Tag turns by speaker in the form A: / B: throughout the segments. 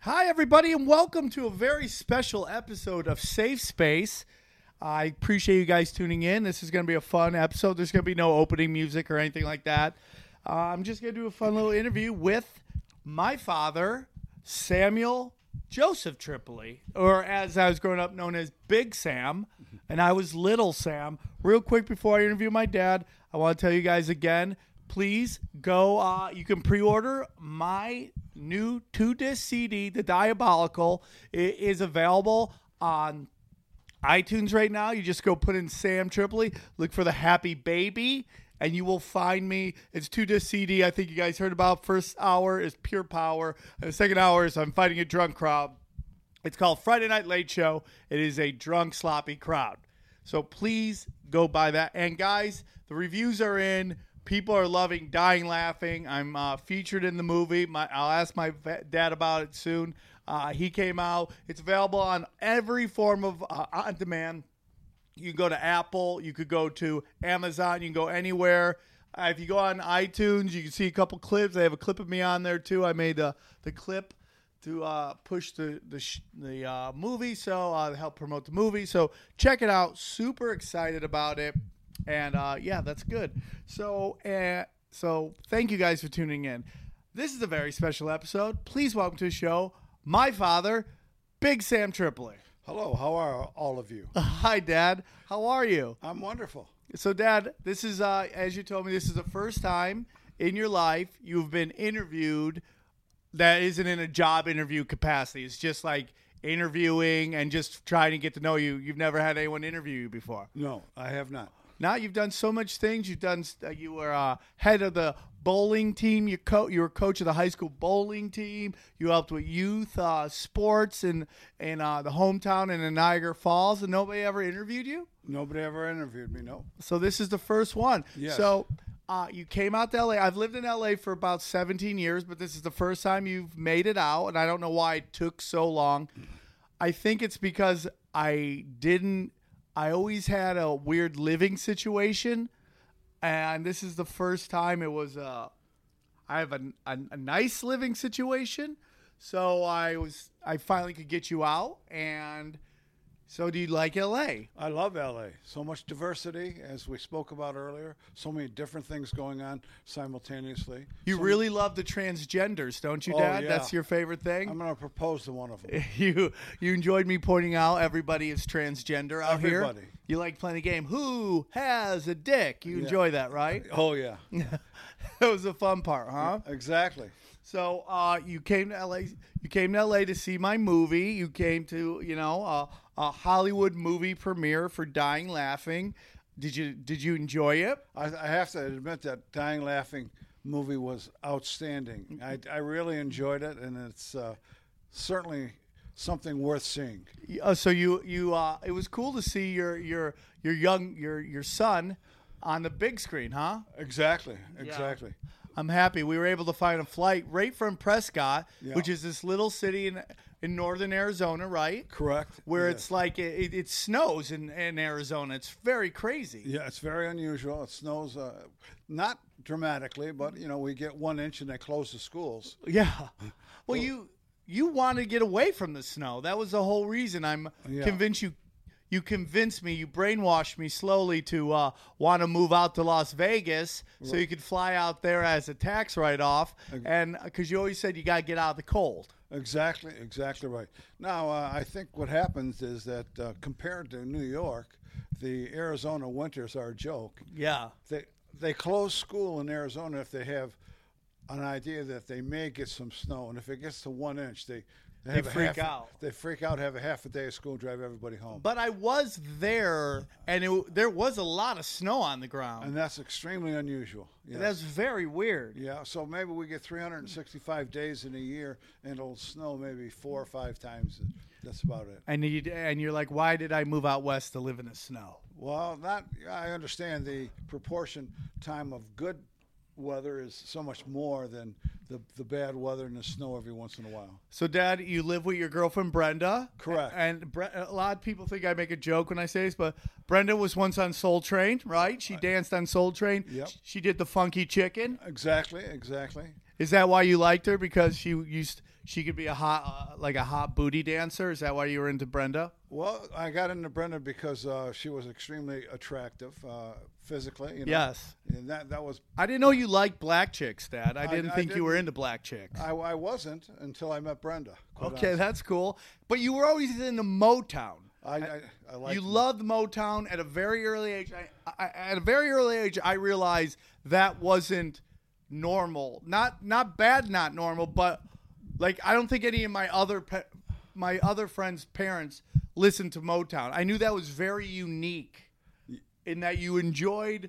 A: Hi, everybody, and welcome to a very special episode of Safe Space. I appreciate you guys tuning in. This is going to be a fun episode. There's going to be no opening music or anything like that. Uh, I'm just going to do a fun little interview with my father, Samuel Joseph Tripoli, or as I was growing up known as Big Sam, and I was Little Sam. Real quick before I interview my dad, I want to tell you guys again please go. Uh, you can pre order my new two disc CD, The Diabolical. It is available on iTunes right now. You just go put in Sam Tripoli, look for the Happy Baby, and you will find me. It's two disc CD. I think you guys heard about. First hour is Pure Power, and the second hour is I'm Fighting a Drunk Crowd. It's called Friday Night Late Show. It is a drunk, sloppy crowd. So please go buy that. And guys, the reviews are in. People are loving, dying, laughing. I'm uh, featured in the movie. My, I'll ask my va- dad about it soon. Uh, he came out. It's available on every form of uh, on demand. You can go to Apple. You could go to Amazon. You can go anywhere. Uh, if you go on iTunes, you can see a couple clips. They have a clip of me on there too. I made the the clip to uh, push the the, sh- the uh, movie, so uh, to help promote the movie. So check it out. Super excited about it, and uh, yeah, that's good. So uh, so thank you guys for tuning in. This is a very special episode. Please welcome to the show my father, Big Sam Tripoli.
B: Hello, how are all of you?
A: Hi, Dad. How are you?
B: I'm wonderful.
A: So, Dad, this is uh, as you told me, this is the first time in your life you've been interviewed that isn't in a job interview capacity. It's just like interviewing and just trying to get to know you. You've never had anyone interview you before.
B: No, I have not.
A: Now you've done so much things. You've done. Uh, you were uh, head of the bowling team. You co- you were coach of the high school bowling team. You helped with youth uh, sports in in uh, the hometown and in Niagara Falls, and nobody ever interviewed you.
B: Nobody ever interviewed me. No.
A: So this is the first one.
B: Yes.
A: So uh, you came out to LA. I've lived in LA for about 17 years, but this is the first time you've made it out, and I don't know why it took so long. I think it's because I didn't. I always had a weird living situation, and this is the first time it was. Uh, I have a, a, a nice living situation, so I was. I finally could get you out, and so do you like LA?
B: I love LA. So much diversity, as we spoke about earlier. So many different things going on simultaneously.
A: You
B: So-
A: really love the transgenders, don't you,
B: Oh,
A: Dad?
B: yeah.
A: That's your favorite
B: I'm
A: thing.
B: going to propose to one of
A: Eh.
B: them.
A: You you enjoyed me pointing out everybody is transgender out
B: Everybody.
A: here. You like playing the game. Who has a dick? You enjoy that, right?
B: Oh yeah,
A: that was the fun part, huh?
B: exactly.
A: So uh, you came to LA. You came to LA to see my movie. You came to you know uh, a Hollywood movie premiere for Dying Laughing. Did you did you enjoy it?
B: I, I have to admit that Dying Laughing movie was outstanding. I, I really enjoyed it, and it's uh, certainly something worth seeing.
A: Uh, so you you uh, it was cool to see your your your young your your son on the big screen, huh?
B: Exactly, exactly.
A: I'm happy we were able to find a flight right from Prescott,
B: Yeah.
A: which is this little city in in northern Arizona, right?
B: Correct.
A: Where
B: Yes.
A: it's like it, it, it snows in, in Arizona. It's very crazy.
B: Yeah, it's very unusual. It snows, uh, not dramatically, but you know we get one inch and they close the schools.
A: Yeah. Well, you you want to get away from the snow. That was the whole reason. I'm
B: Yeah.
A: convinced you you convinced me. You brainwashed me slowly to uh, want to move out to Las Vegas so you could fly out there as a tax write off, and because you always said you got to get out of the cold.
B: Exactly, exactly right. Now uh, I think what happens is that uh, compared to New York, the Arizona winters are a joke.
A: Yeah.
B: They they close school in Arizona if they have an idea that they may get some snow, and if it gets to one inch, they they, have a
A: freak
B: half-
A: out.
B: They freak out, have a half a day of school, drive everybody home,
A: But I was there, and it, there was a lot of snow on the ground.
B: and that's extremely unusual. Yes.
A: That's very weird.
B: Yeah, so maybe we get 365 days in a year, and it'll snow maybe four or five times. That's about it.
A: And you and you're like, why did I move out west to live in the snow?
B: Well, not I understand the proportion time of good weather is so much more than the the bad weather and the snow every once in a while.
A: So, Dad, you live with your girlfriend Brenda,
B: Correct.
A: And Bre- a lot of people think I make a joke when I say this, but Brenda was once on Soul Train, right? She danced on Soul Train.
B: Yep.
A: Sh- She did the funky chicken.
B: Exactly, exactly.
A: Is that why you liked her? Because she used She could be a hot, uh, like a hot booty dancer. Is that why you were into Brenda?
B: Well, I got into Brenda because uh, she was extremely attractive uh, physically. You know?
A: Yes.
B: And that, that was,
A: I didn't know you liked black chicks, Dad. I didn't
B: I
A: think you were
B: didn't.
A: into black chicks.
B: I, I wasn't until I met Brenda. quite
A: okay,
B: honestly.
A: that's cool. But you were always into Motown.
B: I, I, I liked
A: you loved Motown at a very early age. I, I, at a very early age, I realized that wasn't normal. Not not bad, not normal, but like I don't think any of my other pe- my other friends' parents listened to Motown. I knew that was very unique in that you enjoyed.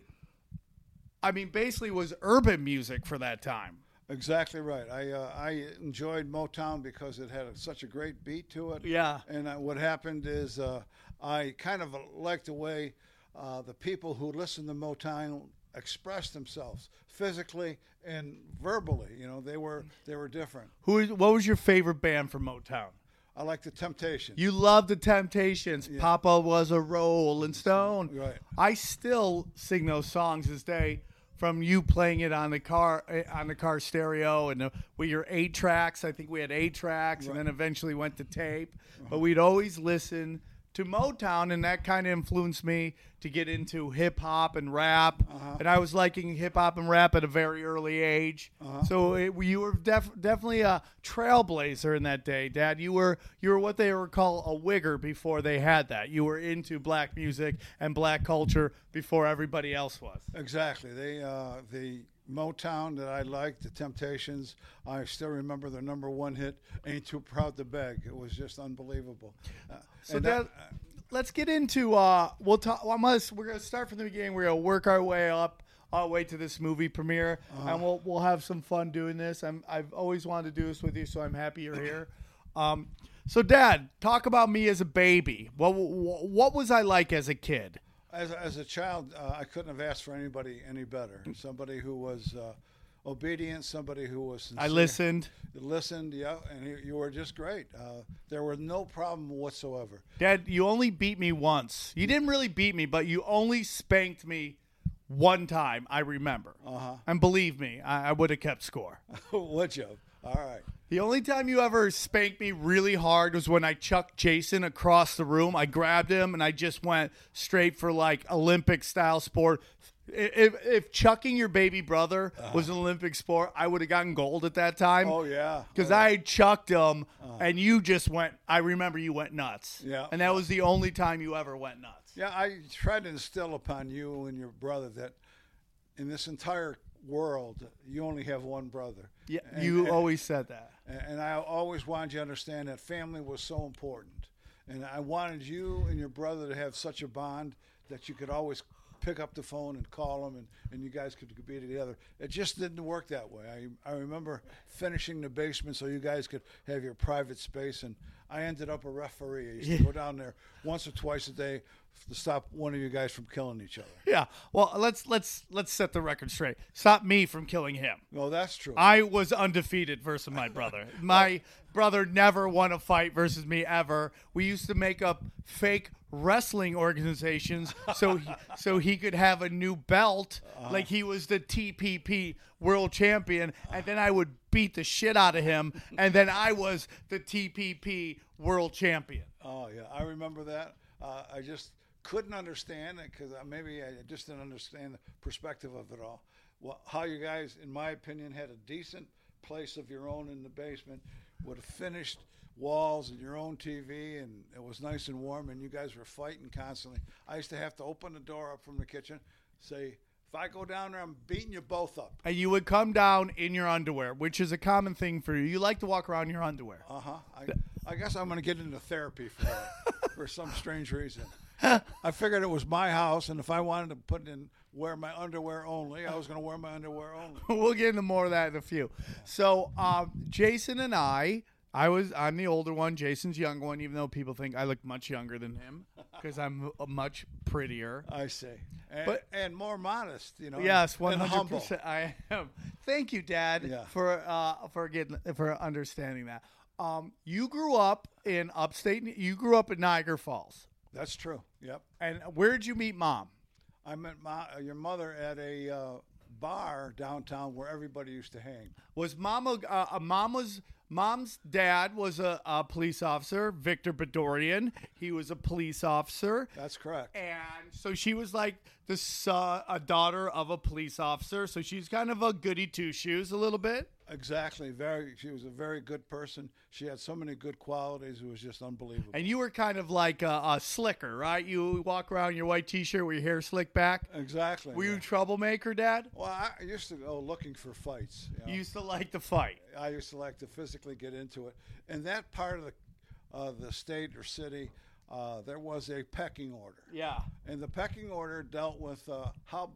A: I mean, basically, was urban music for that time.
B: Exactly right. I uh, I enjoyed Motown because it had such a great beat to it.
A: Yeah.
B: And uh, what happened is uh, I kind of liked the way uh, the people who listened to Motown expressed themselves physically and verbally. You know, they were they were different.
A: Who is what was your favorite band from Motown?
B: I liked the Temptations.
A: You love the Temptations. Papa was a Rolling Stone.
B: Right.
A: I still sing those songs this day from you playing it on the car eh, on the car stereo and uh, with your eight tracks. I think we had eight tracks and then eventually went to tape.
B: Uh-huh.
A: But we'd always listen to Motown and that kind of influenced me to get into hip hop and rap. And I was liking hip hop and rap at a very early age. So it, you were def- definitely a trailblazer in that day, Dad. You were you were what they were called a wigger before they had that. You were into black music and black culture before everybody else was.
B: Exactly. They uh, the Motown that I liked, the Temptations. I still remember their number one hit, "Ain't Too Proud to Beg." It was just unbelievable. Uh,
A: So
B: and
A: that, let's get into. Uh, we'll talk. well, I'm gonna, we're gonna start from the beginning. We're gonna work our way up, our way to this movie premiere, and we'll we'll have some fun doing this. I'm, I've always wanted to do this with you, so I'm happy you're here. Um, so, Dad, talk about me as a baby. What what, what was I like as a kid?
B: As, as a child, uh, I couldn't have asked for anybody any better.
A: Mm.
B: Somebody who was uh, obedient, somebody who was sincere,
A: I listened.
B: listened, yeah, and you, you were just great. Uh, there were no problem whatsoever.
A: Dad, you only beat me once. You didn't really beat me, but you only spanked me one time. I remember. Uh-huh. And believe me, I, I would have kept score.
B: Would you? All right.
A: The only time you ever spanked me really hard was when I chucked Jason across the room. I grabbed him and I just went straight for like Olympic style sport. I- If, if chucking your baby brother was an Olympic sport, I would have gotten gold at that time.
B: Uh. Oh yeah. Uh.
A: Because I had chucked him and you just went, I remember you went nuts.
B: Yeah.
A: And that was the only time you ever went nuts.
B: Yeah, I tried to instill upon you and your brother that in this entire world, you only have one brother.
A: Yeah.
B: And-
A: you
B: and-
A: always said that.
B: And and I always wanted you to understand that family was so important. And I wanted you and your brother to have such a bond that you could always pick up the phone and call them and, and you guys could be together. It just didn't work that way. I, I remember finishing the basement so you guys could have your private space. And I ended up a referee. I used to go down there once or twice a day to stop one of you guys from killing each other.
A: Yeah. Well, let's let's let's set the record straight. Stop me from killing him.
B: No, that's true.
A: I was undefeated versus my brother. My brother never won a fight versus me ever. We used to make up fake wrestling organizations so he, so he could have a new belt, like he was the TPP world champion, and then I would beat the shit out of him, and then I was the TPP world champion.
B: Oh yeah, I remember that. Uh, I just couldn't understand it because maybe I just didn't understand the perspective of it all. Well, how you guys, in my opinion, had a decent place of your own in the basement with finished walls and your own TV, and it was nice and warm, and you guys were fighting constantly. I used to have to open the door up from the kitchen, say, "If I go down there, I'm beating you both up."
A: And you would come down in your underwear, which is a common thing for you. You like to walk around in your underwear.
B: Uh huh. I, I guess I'm going to get into therapy for that for some strange reason. I figured it was my house, and if I wanted to put in wear my underwear only, I was going to wear my underwear only.
A: we'll get into more of that in a few. So, um, Jason and I, I was I'm the older one. Jason's the younger one, even though people think I look much younger than him because I'm uh, much prettier.
B: I see. And,
A: But-
B: and more modest, you know.
A: Yes,
B: and-
A: one
B: and
A: hundred
B: humble.
A: percent. I am. Thank you, Dad,
B: Yeah.
A: for uh, for getting for understanding that. Um, you grew up in upstate. You grew up in Niagara Falls,
B: That's true. Yep.
A: and where'd you meet Mom?
B: I met my, your mother at a uh, bar downtown where everybody used to hang.
A: Was Mama uh, uh, Mama's Mom's dad was a, a police officer, Victor Bedorian. He was a police officer.
B: That's correct.
A: Eh. And so she was like the son, a daughter of a police officer. So she's kind of a goody two shoes a little bit.
B: Exactly. Very. She was a very good person. She had so many good qualities. It was just unbelievable.
A: And you were kind of like a, a slicker, right? You walk around in your white t shirt with your hair slicked back.
B: exactly.
A: Were you
B: yeah.
A: a troublemaker, Dad?
B: Well, I used to go looking for fights. you know.
A: You used to like to fight.
B: I used to like to physically get into it. In that part of the uh, the state or city, uh, there was a pecking order,
A: Yeah.
B: and the pecking order dealt with uh, how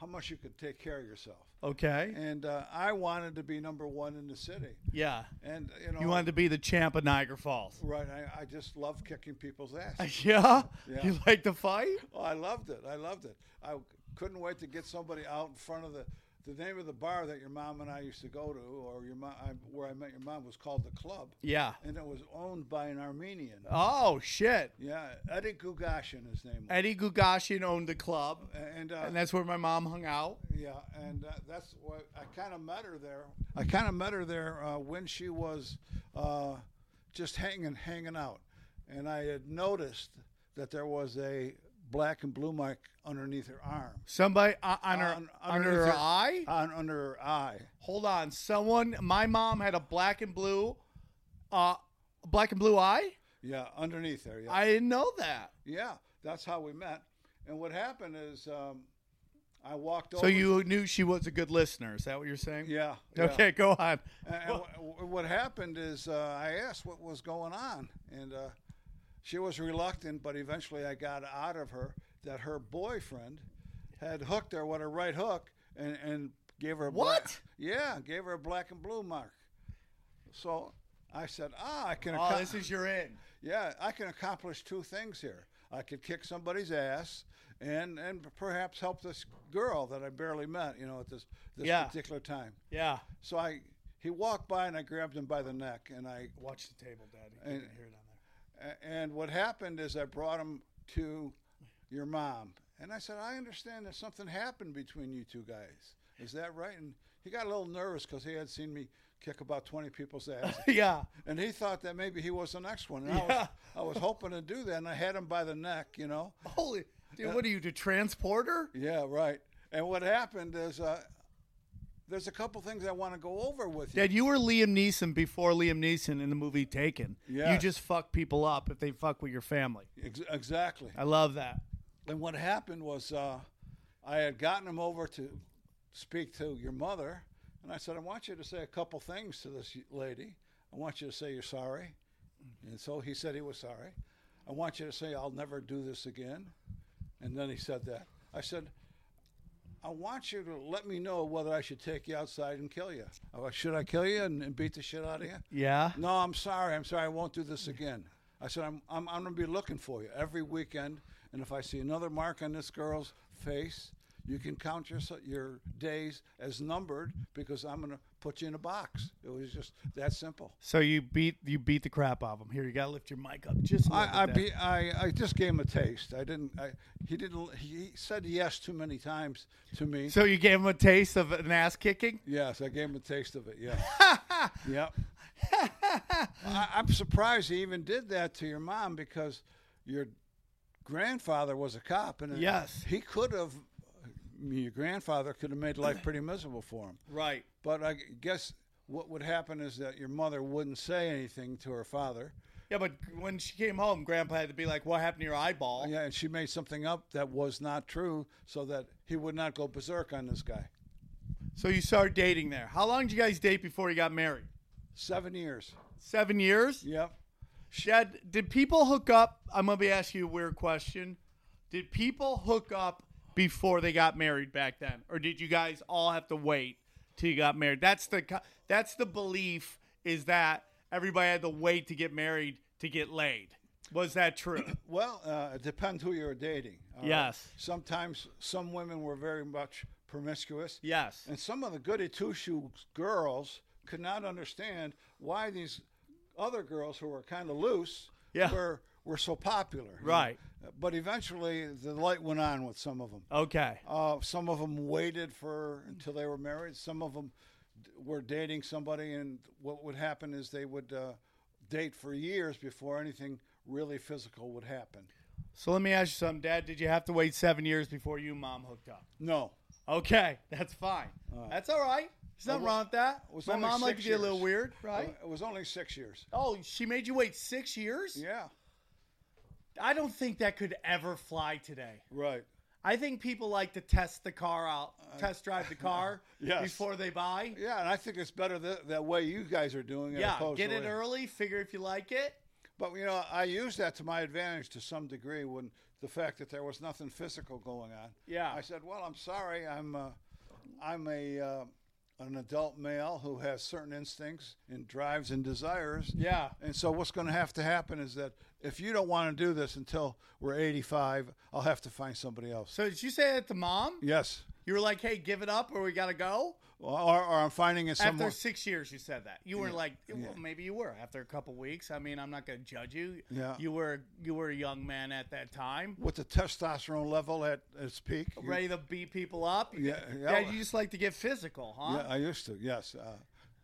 B: how much you could take care of yourself.
A: Okay.
B: And uh, I wanted to be number one in the city,
A: Yeah.
B: and you know,
A: You wanted to be the champ of Niagara Falls.
B: right? I, I just loved kicking people's ass.
A: Yeah?
B: Yeah.
A: You like to fight?
B: oh, I loved it. I loved it. I couldn't wait to get somebody out in front of the. The name of the bar that your mom and I used to go to, or your mom, I, where I met your mom, was called the Club,
A: Yeah.
B: and it was owned by an Armenian.
A: Oh, shit.
B: Yeah, Eddie Gugashin, his name. Was.
A: Eddie Gugashin owned the club,
B: And, uh,
A: and that's where my mom hung out.
B: yeah, and uh, that's what I kind of met her there. I kind of met her there uh, when she was uh, just hanging, hanging out, and I had noticed that there was a black and blue mark underneath her arm,
A: Somebody uh, on her
B: On-
A: under
B: underneath
A: her
B: her-
A: eye.
B: on under her eye.
A: Hold on, someone. My mom had a black and blue, uh, black and blue eye.
B: Yeah, underneath there. Yeah,
A: I didn't know that.
B: yeah, that's how we met. And what happened is, um, I walked
A: So
B: over.
A: you knew she was a good listener. Is that what you're saying?
B: yeah, yeah.
A: Okay, go on.
B: And wh- wh- what happened is uh, I asked what was going on, and uh, she was reluctant, but eventually I got out of her that her boyfriend had hooked her with a right hook and, and gave her a black-
A: What?
B: yeah, gave her a black and blue mark. So I said, ah, I can
A: Oh,
B: accom-
A: this is your end.
B: yeah, I can accomplish two things here. I could kick somebody's ass and and perhaps help this girl that I barely met, you know, at this this
A: Yeah.
B: particular time.
A: Yeah.
B: So I he walked by and I grabbed him by the neck and I
A: Watch the table, Daddy.
B: And-
A: hear it on there.
B: a- and what happened is I brought him to your mom and I said I understand that something happened between you two guys. Is that right? And he got a little nervous because he had seen me kick about twenty people's ass,
A: yeah.
B: and he thought that maybe he was the next one. And
A: Yeah.
B: I, was, I was hoping to do that, and I had him by the neck, you know.
A: Holy. Dude, what are you, the transporter?
B: Yeah, right. And what happened is uh, there's a couple things I want to go over with you.
A: Dad, you were Liam Neeson before Liam Neeson in the movie Taken. You
B: Yes.
A: just fuck people up if they fuck with your family.
B: Ex- exactly.
A: I love that.
B: And what happened was uh, I had gotten him over to speak to your mother, and I said, I want you to say a couple things to this lady. I want you to say you're sorry. And so he said he was sorry. I want you to say, I'll never do this again. And then he said that. I said, I want you to let me know whether I should take you outside and kill you. I was, should I kill you and, and beat the shit out of you?
A: Yeah.
B: No, I'm sorry. I'm sorry. I won't do this again. I said, I'm, I'm, I'm going to be looking for you every weekend. And if I see another mark on this girl's face, you can count your, s- your days as numbered because I'm going to put you in a box. It was just that simple.
A: So you beat you beat the crap out of him. Here, you gotta lift your mic up just. A little
B: I, I,
A: bit, Dad.
B: be, I, I just gave him a taste. I didn't. I, he didn't. He said yes too many times to me.
A: So you gave him a taste of an ass kicking.
B: Yes, I gave him a taste of it. Yeah. yep. I, I'm surprised he even did that to your mom because your grandfather was a cop, and uh,
A: Yes.
B: he could have. Your grandfather could have made life pretty miserable for him.
A: Right.
B: But I guess what would happen is that your mother wouldn't say anything to her father.
A: Yeah, but when she came home, Grandpa had to be like, "What happened to your eyeball?"
B: Yeah, and she made something up that was not true, so that he would not go berserk on this guy.
A: So you started dating there. How long did you guys date before you got married?
B: Seven years.
A: Seven years.
B: Yep.
A: Dad, did people hook up? I'm gonna be asking you a weird question. Did people hook up before they got married back then, or did you guys all have to wait till you got married? That's the co- that's the belief is that everybody had to wait to get married to get laid. Was that true?
B: Well, uh, it depends who you're dating. all right?
A: Yes.
B: Sometimes some women were very much promiscuous.
A: yes.
B: And some of the goody two shoes girls could not understand why these other girls who were kind of loose
A: Yeah.
B: were, were so popular. you know?
A: Right.
B: But eventually the light went on with some of them.
A: Okay.
B: Uh, some of them waited for until they were married. Some of them were dating somebody, and what would happen is they would uh, date for years before anything really physical would happen.
A: So let me ask you something, Dad. Did you have to wait seven years before you and Mom hooked up?
B: No,
A: Okay, that's fine. that's all right. There's nothing
B: Well,
A: wrong with that.
B: was
A: My
B: only
A: mom liked
B: six
A: to get a little
B: years.
A: weird, right?
B: it was only six years.
A: Oh, she made you wait six years?
B: Yeah,
A: I don't think that could ever fly today.
B: right.
A: I think people like to test the car out, test drive the car
B: Uh, Yes.
A: before they buy.
B: Yeah, and I think it's better that, that way you guys are doing it.
A: Yeah,
B: opposed
A: get
B: to
A: it
B: way-
A: early, figure if you like it.
B: But you know, I used that to my advantage to some degree when the fact that there was nothing physical going on.
A: Yeah.
B: I said, "Well, I'm sorry, I'm uh, I'm a uh, an adult male who has certain instincts and drives and desires.
A: Yeah.
B: And so what's going to have to happen is that if you don't want to do this until we're 85, I'll have to find somebody else.
A: So did you say that to mom?
B: Yes.
A: You were like, "Hey, give it up, or we gotta go."
B: Or, or I'm finding it
A: After
B: somewhere.
A: six years, you said that. You were like, well, maybe you were. After a couple weeks, I mean, I'm not gonna judge you.
B: Yeah.
A: You were you were a young man at that time,
B: With the testosterone level at its peak. you-
A: ready to beat people up.
B: Yeah, yeah.
A: Dad, you just like to get physical, huh?
B: Yeah, I used to. Yes. Uh,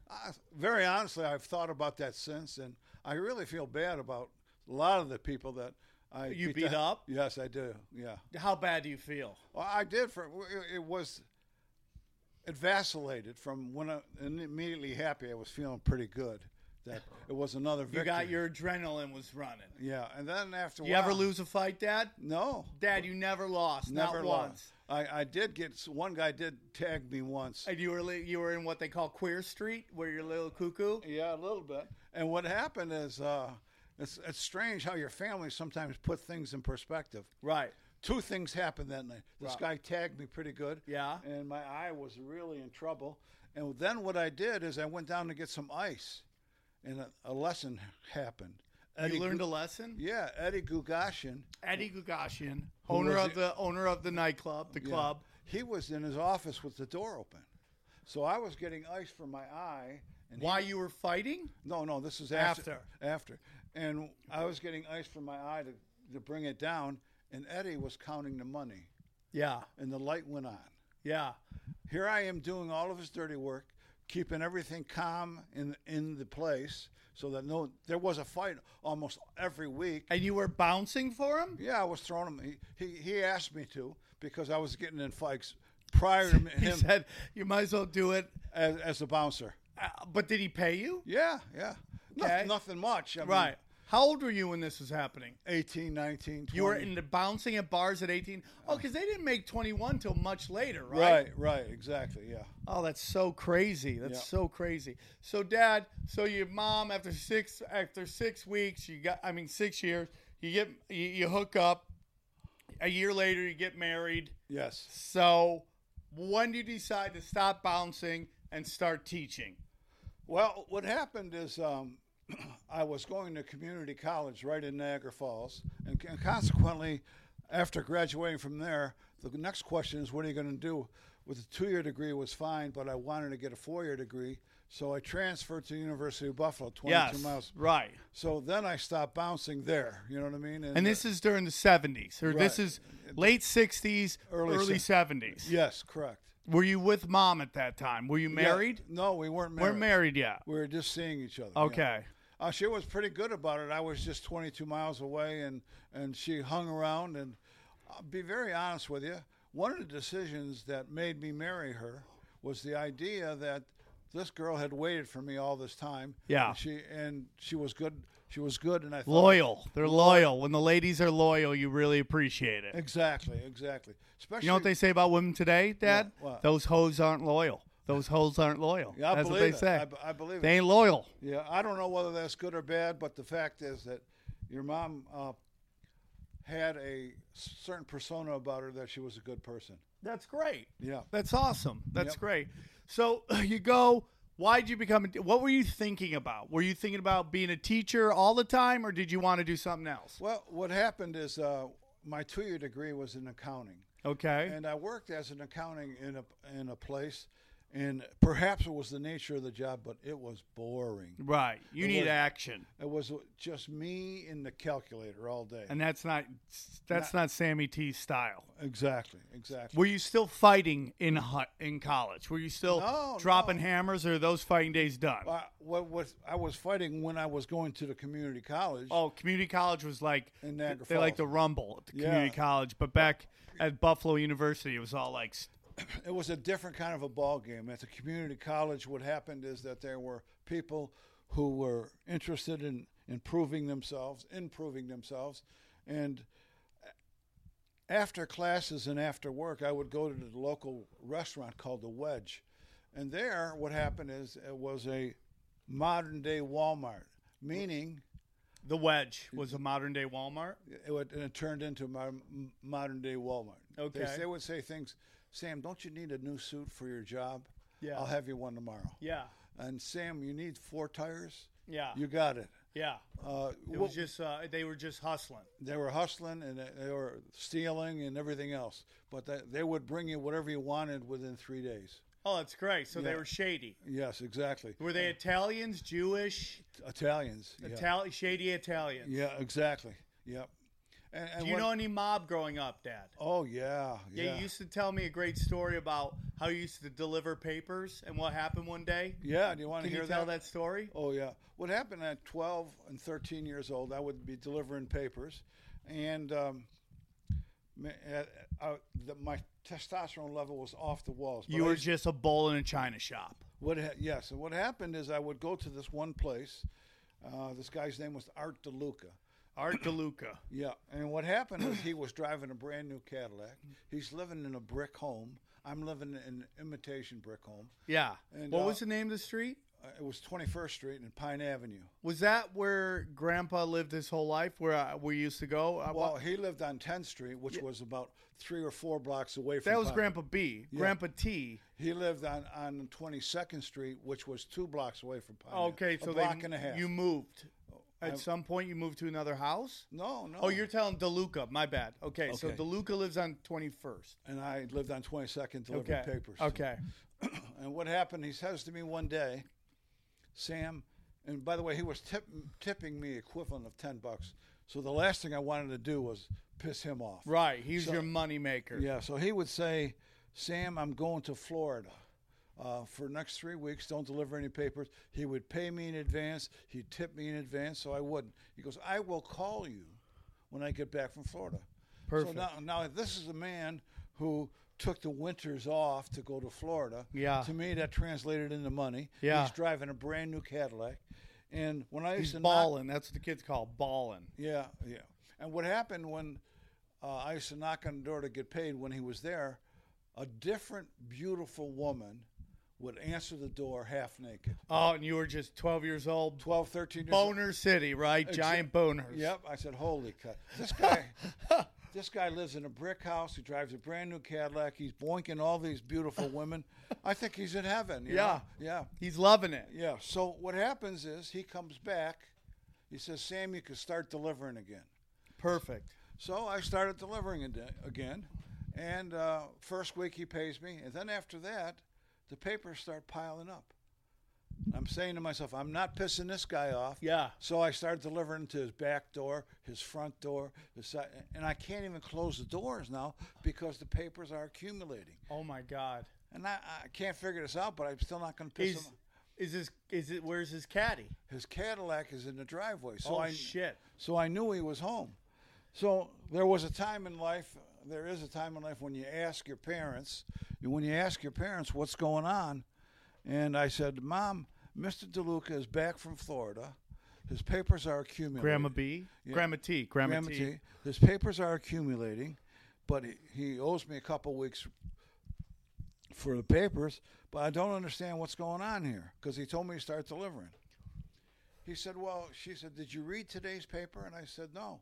B: I, very honestly, I've thought about that since, and I really feel bad about a lot of the people that I
A: You
B: the
A: beat
B: he-
A: up?
B: Yes, I do. Yeah,
A: How bad do you feel?
B: well, I did. For it- it was it vacillated from when I and immediately happy. I was feeling pretty good. That it was another victory.
A: You got your adrenaline was running.
B: yeah, and then after a
A: You ever
B: while-
A: lose a fight, Dad?
B: No,
A: Dad, you never lost,
B: never
A: not
B: lost.
A: once.
B: I, I did get one guy did tag me once.
A: And you were li- you were in what they call queer street, where you're a little cuckoo.
B: Yeah, a little bit. And what happened is, uh, it's, it's strange how your family sometimes put things in perspective.
A: Right.
B: Two things happened that night. This
A: Right.
B: guy tagged me pretty good.
A: Yeah.
B: And my eye was really in trouble. And then what I did is I went down to get some ice, and a, a lesson happened. Eddie
A: you learned
B: Gu-
A: a lesson.
B: yeah, Eddie Gugashin.
A: Eddie Gugashian,
B: Who
A: owner
B: was
A: of
B: it?
A: the owner of the nightclub, the club.
B: He was in his office with the door open. So I was getting ice for my eye, and
A: Why you were fighting?
B: No, no, this is after.
A: After.
B: After. And I was getting ice from my eye to, to bring it down, and Eddie was counting the money,
A: Yeah,
B: and the light went on.
A: yeah.
B: Here I am doing all of his dirty work, keeping everything calm in in the place so that no there was a fight almost every week.
A: And you were bouncing for him.
B: Yeah, I was throwing him. He, he, he asked me to because I was getting in fights prior to
A: He
B: him
A: said, "You might as well do it."
B: as, as a bouncer.
A: Uh, but did he pay you?
B: Yeah, yeah. Noth-
A: Okay.
B: nothing much. I mean,
A: Right. How old were you when this was happening?
B: 18, 19, 20.
A: You were in the bouncing at bars at 18. Oh, because they didn't make 21 till much later, right?
B: Uh. Right, right, exactly, yeah.
A: Oh, that's so crazy. That's
B: Yeah.
A: so crazy. So, Dad, so your mom after six after six weeks, you got I mean six years, you get you, you hook up. A year later, you get married.
B: Yes.
A: So, when do you decide to stop bouncing and start teaching?
B: Well, what happened is um, I was going to community college right in Niagara Falls, and, and consequently, after graduating from there, the next question is, what are you going to do? With a two-year degree was fine, but I wanted to get a four-year degree, so I transferred to University of Buffalo, 22 miles.
A: right.
B: So then I stopped bouncing there. You know what I mean?
A: And this is during the 70s, or this
B: Right.
A: is late 60s,
B: Early
A: early,
B: se-
A: 70s.
B: yes, correct.
A: Were you with mom at that time? Were you
B: Yeah,
A: married?
B: no, we weren't married.
A: We're married yet.
B: We were just seeing each other. yeah.
A: Okay.
B: Uh, she was pretty good about it. I was just 22 miles away, and, and she hung around. And I'll be very honest with you, one of the decisions that made me marry her was the idea that this girl had waited for me all this time.
A: Yeah.
B: And she and she was good. She was good, and I thought,
A: Loyal. They're loyal. When the ladies are loyal, you really appreciate it.
B: Exactly, exactly. Especially
A: You know what they say about women today, Dad?
B: What? What?
A: Those hoes aren't loyal. Those hoes aren't loyal.
B: Yeah, I
A: That's what
B: believe
A: they
B: it.
A: say.
B: I b- I believe it.
A: they ain't loyal.
B: Yeah, I don't know whether that's good or bad, but the fact is that your mom uh, had a certain persona about her that she was a good person.
A: That's great.
B: Yeah.
A: That's awesome. That's
B: Yep.
A: great. So you go. Why'd you become? A, what were you thinking about? Were you thinking about being a teacher all the time, or did you want to do something else?
B: Well, what happened is uh, my two-year degree was in accounting,
A: Okay.
B: and I worked as an accounting in a in a place, And perhaps it was the nature of the job, but it was boring.
A: Right. You
B: It
A: need
B: was-
A: action,
B: It was just me and the calculator all day.
A: and that's not that's not Sammy T's style.
B: exactly, exactly.
A: Were you still fighting in hu- in college? Were you still
B: No,
A: dropping
B: no.
A: hammers, or are those fighting days done?
B: I, what was I was fighting when I was going to the community college.
A: oh, community college was like
B: In Niagara
A: they like
B: Falls.
A: the rumble at the
B: Yeah.
A: community college, but back at Buffalo University, it was all like s-
B: It was a different kind of a ball game at the community college. What happened is that there were people who were interested in improving themselves, improving themselves, and after classes and after work, I would go to the local restaurant called the Wedge, and there, what happened is it was a modern day Walmart, meaning
A: the wedge was a modern day Walmart.
B: it would, and it turned into my modern day Walmart. They,
A: Okay.
B: they would say things, Sam, don't you need a new suit for your job?
A: Yeah.
B: I'll have you one tomorrow.
A: Yeah,
B: And Sam, you need four tires?
A: yeah,
B: You got it.
A: yeah.
B: Uh,
A: It
B: wha-
A: was just uh, they were just hustling.
B: they were hustling and they- they were stealing and everything else. But they, they would bring you whatever you wanted within three days.
A: Oh, that's great. So they
B: Yeah.
A: were shady.
B: Yes, exactly.
A: Were they Italians, Jewish,
B: Italians. Yeah,
A: Itali- shady Italians?
B: yeah exactly. Yep. And, and
A: Do you
B: what-
A: know any mob growing up, Dad?
B: Oh, yeah.
A: Yeah,
B: Yeah.
A: you used to tell me a great story about how you used to deliver papers and what happened one day.
B: yeah. Do you want to
A: Can
B: hear
A: you tell that story?
B: Oh yeah. What happened at 12 and 13 years old? I would be delivering papers, and um, ma- uh, I, the, my testosterone level was off the walls. But
A: You
B: I
A: were
B: used-
A: just a bull in a china shop.
B: what? Ha- yes. And what happened is I would go to this one place. Uh, this guy's name was Art DeLuca.
A: Art DeLuca.
B: Yeah. And what happened is he was driving a brand new Cadillac. He's living in a brick home. I'm living in an imitation brick home.
A: Yeah.
B: And,
A: what
B: uh,
A: was the name of the street?
B: Uh, It was 21st Street and Pine Avenue.
A: Was that where Grandpa lived his whole life, where I, we used to go? Uh, I,
B: Well, he lived on 10th Street, which was about three or four blocks away from.
A: that was
B: Pine-
A: Grandpa B. Grandpa T.
B: He lived on, on 22nd Street, which was two blocks away from Pine.
A: Okay,
B: a
A: so
B: block
A: they,
B: and a half. Oh,
A: you moved. At
B: I-
A: some point, you moved to another house?
B: no, no.
A: Oh, you're telling DeLuca. My bad. Okay, so
B: Okay.
A: DeLuca lives on 21st.
B: and I lived on 22nd, delivering
A: Okay.
B: papers.
A: Okay.
B: And what happened? He says to me one day, Sam, and by the way, he was tip, tipping me equivalent of 10 bucks. So the last thing I wanted to do was piss him off.
A: Right. He's your moneymaker.
B: Yeah, so he would say, Sam, I'm going to Florida. Uh, for the next three weeks, don't deliver any papers. He would pay me in advance. He'd tip me in advance, so I wouldn't. He goes, I will call you when I get back from Florida.
A: Perfect.
B: So now, now this is a man who took the winters off to go to Florida.
A: Yeah.
B: To me, that translated into money.
A: Yeah.
B: He's driving a brand new Cadillac. And when I used
A: He's
B: to knock-
A: balling. That's what the kids call balling.
B: yeah, yeah. And what happened when uh, I used to knock on the door to get paid when he was there, a different beautiful woman would answer the door half naked.
A: Oh, and you were just 12 years old.
B: 12, 13 years old.
A: Boner City, right? Giant boners.
B: Yep. I said, holy cut. This guy, this guy lives in a brick house. He drives a brand new Cadillac. He's boinking all these beautiful women. I think he's in heaven. you know? Yeah.
A: He's loving it.
B: Yeah. So what happens is he comes back. He says, Sam, you can start delivering again.
A: Perfect.
B: So I started delivering ad- again, and uh, first week he pays me, and then after that, the papers start piling up. I'm saying to myself, I'm not pissing this guy off.
A: Yeah.
B: So I start delivering to his back door, his front door, his side, and I can't even close the doors now because the papers are accumulating.
A: Oh my God.
B: And I, I can't figure this out, but I'm still not going to piss
A: Is
B: him.
A: is this is it? Where's his caddy?
B: His Cadillac is in the driveway, so
A: oh
B: I
A: shit.
B: So I knew he was home. So there was a time in life, there is a time in life when you ask your parents, when you ask your parents what's going on. And I said, Mom, Mr. DeLuca is back from Florida. His papers are accumulating.
A: Grandma B. Grandma T. Grandma,
B: Grandma
A: T.
B: T. His papers are accumulating, but he, he owes me a couple weeks for the papers, but I don't understand what's going on here because he told me to start delivering. He said, Well, she said, Did you read today's paper? And I said, No.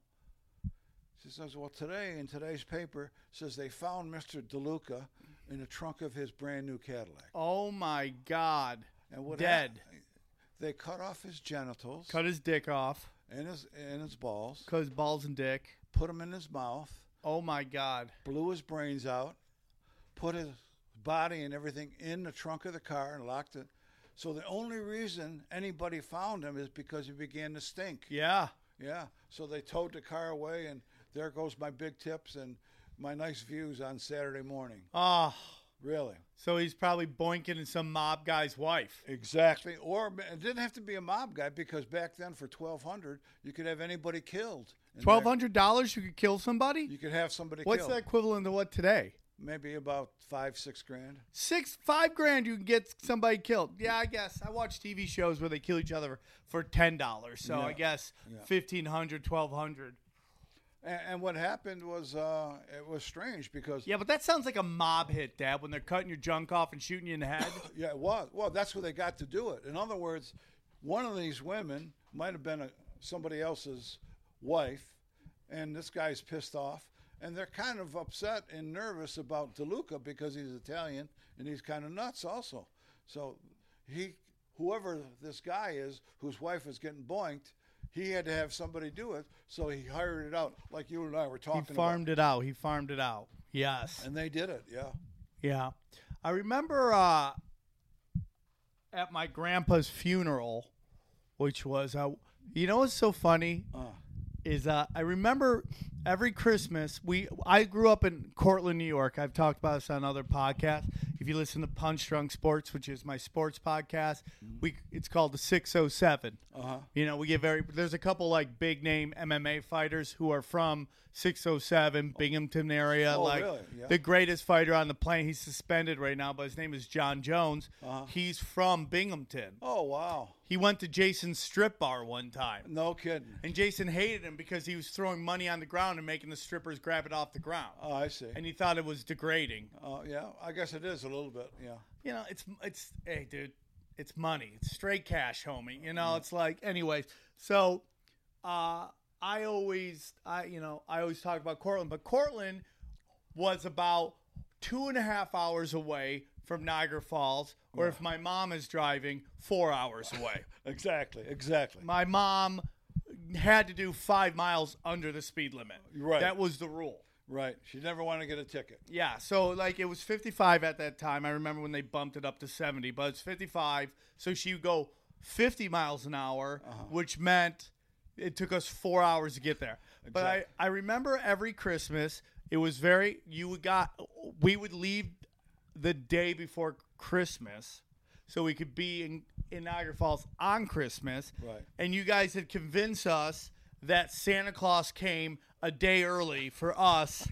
B: She says, Well, today in today's paper says they found Mr. DeLuca in the trunk of his brand new Cadillac.
A: Oh my God.
B: And what
A: Dead.
B: hap- they cut off his genitals
A: Cut his dick off.
B: and his and his balls,
A: Cut his balls and dick.
B: put them in his mouth,
A: Oh my God.
B: blew his brains out, put his body and everything in the trunk of the car and locked it. So the only reason anybody found him is because he began to stink.
A: Yeah.
B: Yeah. So they towed the car away, and there goes my big tips and my nice views on Saturday morning.
A: Oh,
B: Really.
A: so he's probably boinking some mob guy's wife.
B: Exactly. Or it didn't have to be a mob guy because back then for twelve hundred you could have anybody killed. And
A: Twelve hundred dollars, you could kill
B: there-
A: somebody.
B: You could have somebody
A: What's
B: killed.
A: the equivalent to what today?
B: Maybe about five, six grand.
A: Six, five grand, you can get somebody killed. Yeah, I guess. I watch TV shows where they kill each other for ten dollars. So I
B: Yeah.
A: guess
B: Yeah.
A: fifteen hundred, twelve hundred.
B: And, and what happened was uh, it was strange because
A: Yeah, but that sounds like a mob hit, Dad. When they're cutting your junk off and shooting you in the head.
B: Yeah, it was. Well, that's where they got to do it. In other words, one of these women might have been a, somebody else's wife, and this guy's pissed off, and they're kind of upset and nervous about DeLuca because he's Italian and he's kind of nuts also. So he, whoever this guy is, whose wife is getting boinked, he had to have somebody do it, so he hired it out, like you and I were talking
A: he farmed it out. He farmed it out. Yes.
B: about. And they did it, yeah.
A: Yeah. I remember uh, at my grandpa's funeral, which was, uh, you know what's so funny?
B: Uh.
A: Is uh, I remember every Christmas, we I grew up in Cortland, New York. I've talked about this on other podcasts. If you listen to Punch Drunk Sports, which is my sports podcast, we it's called the 607.
B: Uh-huh.
A: You know, we get very. There's a couple like big name MMA fighters who are from 607, Binghamton area.
B: Oh,
A: like
B: really? Yeah.
A: the greatest fighter on the planet. He's suspended right now, but his name is John Jones.
B: Uh-huh.
A: He's from Binghamton.
B: Oh, wow.
A: He went to Jason's strip bar one time,
B: No kidding.
A: and Jason hated him because he was throwing money on the ground and making the strippers grab it off the ground,
B: Oh, I see.
A: and he thought it was degrading.
B: Oh yeah, I guess it is a little bit. Yeah,
A: you know, it's it's hey, dude, it's money. It's straight cash, homie. You know, it's like anyways. So, uh, I always, I you know, I always talk about Cortland, but Cortland was about two and a half hours away from Niagara Falls, or if my mom is driving, four hours away.
B: exactly, exactly.
A: my mom had to do five miles under the speed limit.
B: Right.
A: that was the rule.
B: right. She never wanted to get a ticket.
A: Yeah, so like it was 55 at that time. I remember when they bumped it up to 70, but it's 55. So she would go 50 miles an hour, which meant it took us four hours to get there. But I, I remember every Christmas, it was very, you would got, we would leave the day before Christmas so we could be in, in Niagara Falls on Christmas.
B: Right.
A: And you guys had convinced us that Santa Claus came a day early for us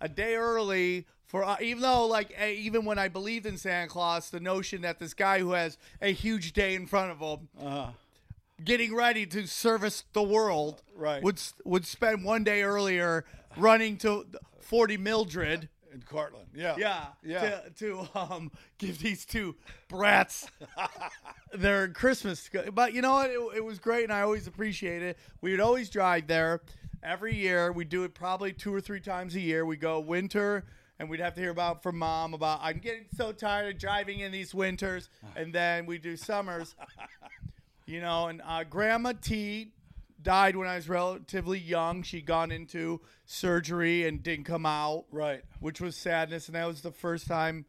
A: a day early for uh, even though like eh, even when I believed in Santa Claus, the notion that this guy who has a huge day in front of him,
B: Uh,
A: getting ready to service the world,
B: Right.
A: would s- would spend one day earlier running to forty Mildred,
B: in Cortland. Yeah.
A: yeah,
B: Yeah.
A: to, to um give these two brats their Christmas. But you know what? It, it was great, and I always appreciate it. We would always drive there every year. We do it probably two or three times a year. We go winter, and we'd have to hear about from mom about I'm getting so tired of driving in these winters, and then we do summers. you know, and uh, Grandma T. Died when I was relatively young. She'd gone into surgery and didn't come out
B: Right.
A: which was sadness, and that was the first time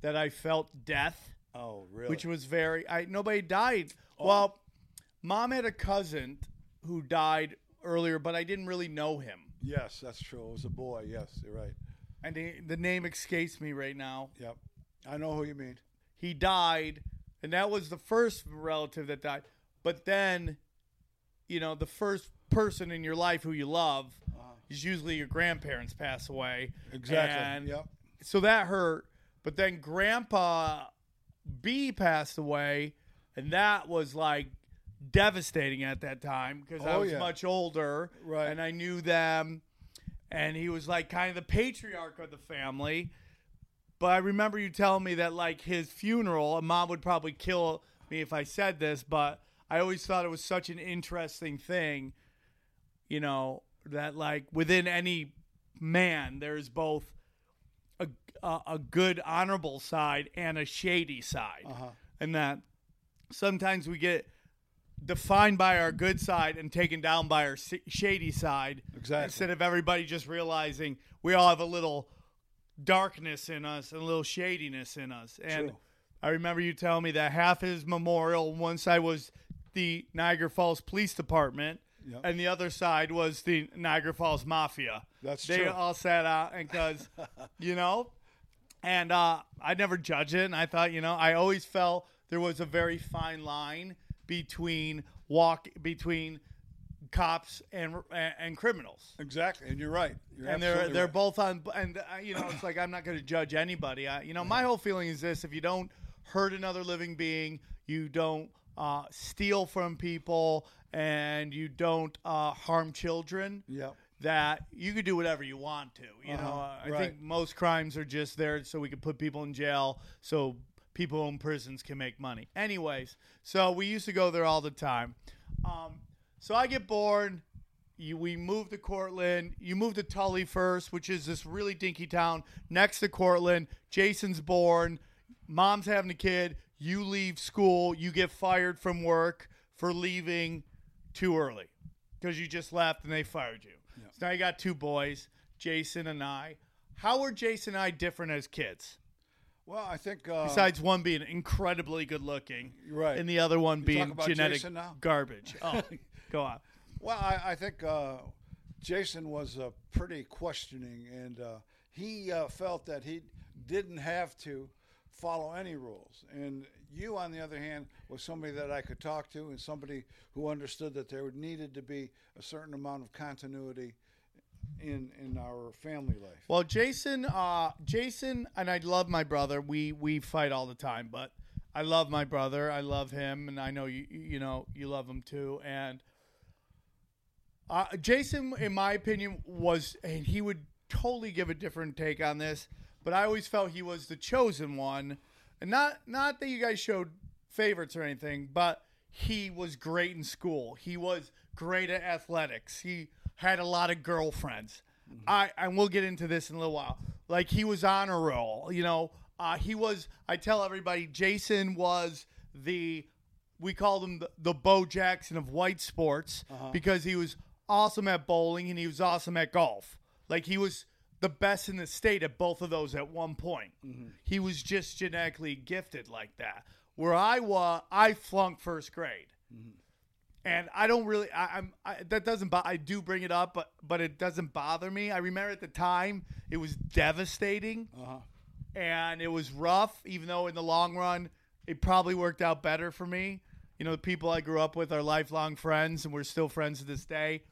A: that I felt death,
B: Oh, really?
A: which was very. I nobody died.
B: Oh.
A: Well, mom had a cousin who died earlier, but I didn't really know him,
B: yes, that's true. It was a boy. Yes, you're right.
A: and the, the name escapes me right now.
B: Yep. I know who you mean.
A: He died, and that was the first relative that died. But then, you know, the first person in your life who you love is usually your grandparents pass away.
B: Exactly.
A: And
B: yep.
A: so that hurt. But then Grandpa B passed away, and that was like devastating at that time because I
B: Oh,
A: was
B: yeah.
A: much older,
B: Right.
A: And I knew them, and he was like kind of the patriarch of the family. But I remember you telling me that like his funeral, and mom would probably kill me if I said this, but I always thought it was such an interesting thing, you know, that like within any man there's both a, a, a good honorable side and a shady side
B: Uh huh.
A: and that sometimes we get defined by our good side and taken down by our s- shady side
B: Exactly.
A: instead of everybody just realizing we all have a little darkness in us and a little shadiness in us. And
B: True.
A: I remember you telling me that half his memorial, one side was the Niagara Falls Police Department,
B: Yep.
A: and the other side was the Niagara Falls Mafia.
B: That's
A: they
B: true.
A: all sat out and because, you know, and uh, I never judge it. And I thought, you know, I always felt there was a very fine line between walk between cops and and criminals
B: Exactly, and you're right. You're
A: and they're
B: absolutely
A: they're
B: right.
A: both on and uh, you know it's like i'm not going to judge anybody I, you know my whole feeling is this if you don't hurt another living being you don't uh, steal from people and you don't uh, harm children
B: Yep.
A: that you could do whatever you want to you know
B: Uh-huh,
A: i
B: right.
A: think most crimes are just there so we can put people in jail so people in prisons can make money anyways so we used to go there all the time um, so i get bored you, we moved to Cortland. You moved to Tully first, which is this really dinky town next to Cortland. Jason's born. Mom's having a kid. You leave school. You get fired from work for leaving too early because you just left and they fired you. So now you got two boys, Jason and I. How were Jason and I different as kids?
B: Well, I think uh,
A: Besides one being incredibly good looking,
B: Right.
A: and the other one being
B: about
A: genetic
B: Jason now?
A: garbage. Oh, go on.
B: Well, I, I think uh, Jason was uh, pretty questioning, and uh, he uh, felt that he didn't have to follow any rules. And you, on the other hand, was somebody that I could talk to, and somebody who understood that there needed to be a certain amount of continuity in in our family life.
A: Well, Jason, uh, Jason, and I love my brother. We we fight all the time, but I love my brother. I love him, and I know you you know you love him too. And uh, Jason, in my opinion, was and he would totally give a different take on this, but I always felt he was the chosen one, and not not that you guys showed favorites or anything, but he was great in school. He was great at athletics. He had a lot of girlfriends. I and we'll get into this in a little while. Like he was on a roll, you know. Uh, he was. I tell everybody, Jason was the we called him the, the Bo Jackson of white sports because he was awesome at bowling and he was awesome at golf. Like he was the best in the state at both of those at one point. He was just genetically gifted like that. Where I was, I flunked first grade, and I don't really. I, I'm I, that doesn't. Bo- I do bring it up, but but it doesn't bother me. I remember at the time it was devastating
B: Uh-huh.
A: and it was rough. Even though in the long run, it probably worked out better for me. You know, the people I grew up with are lifelong friends, and we're still friends to this day.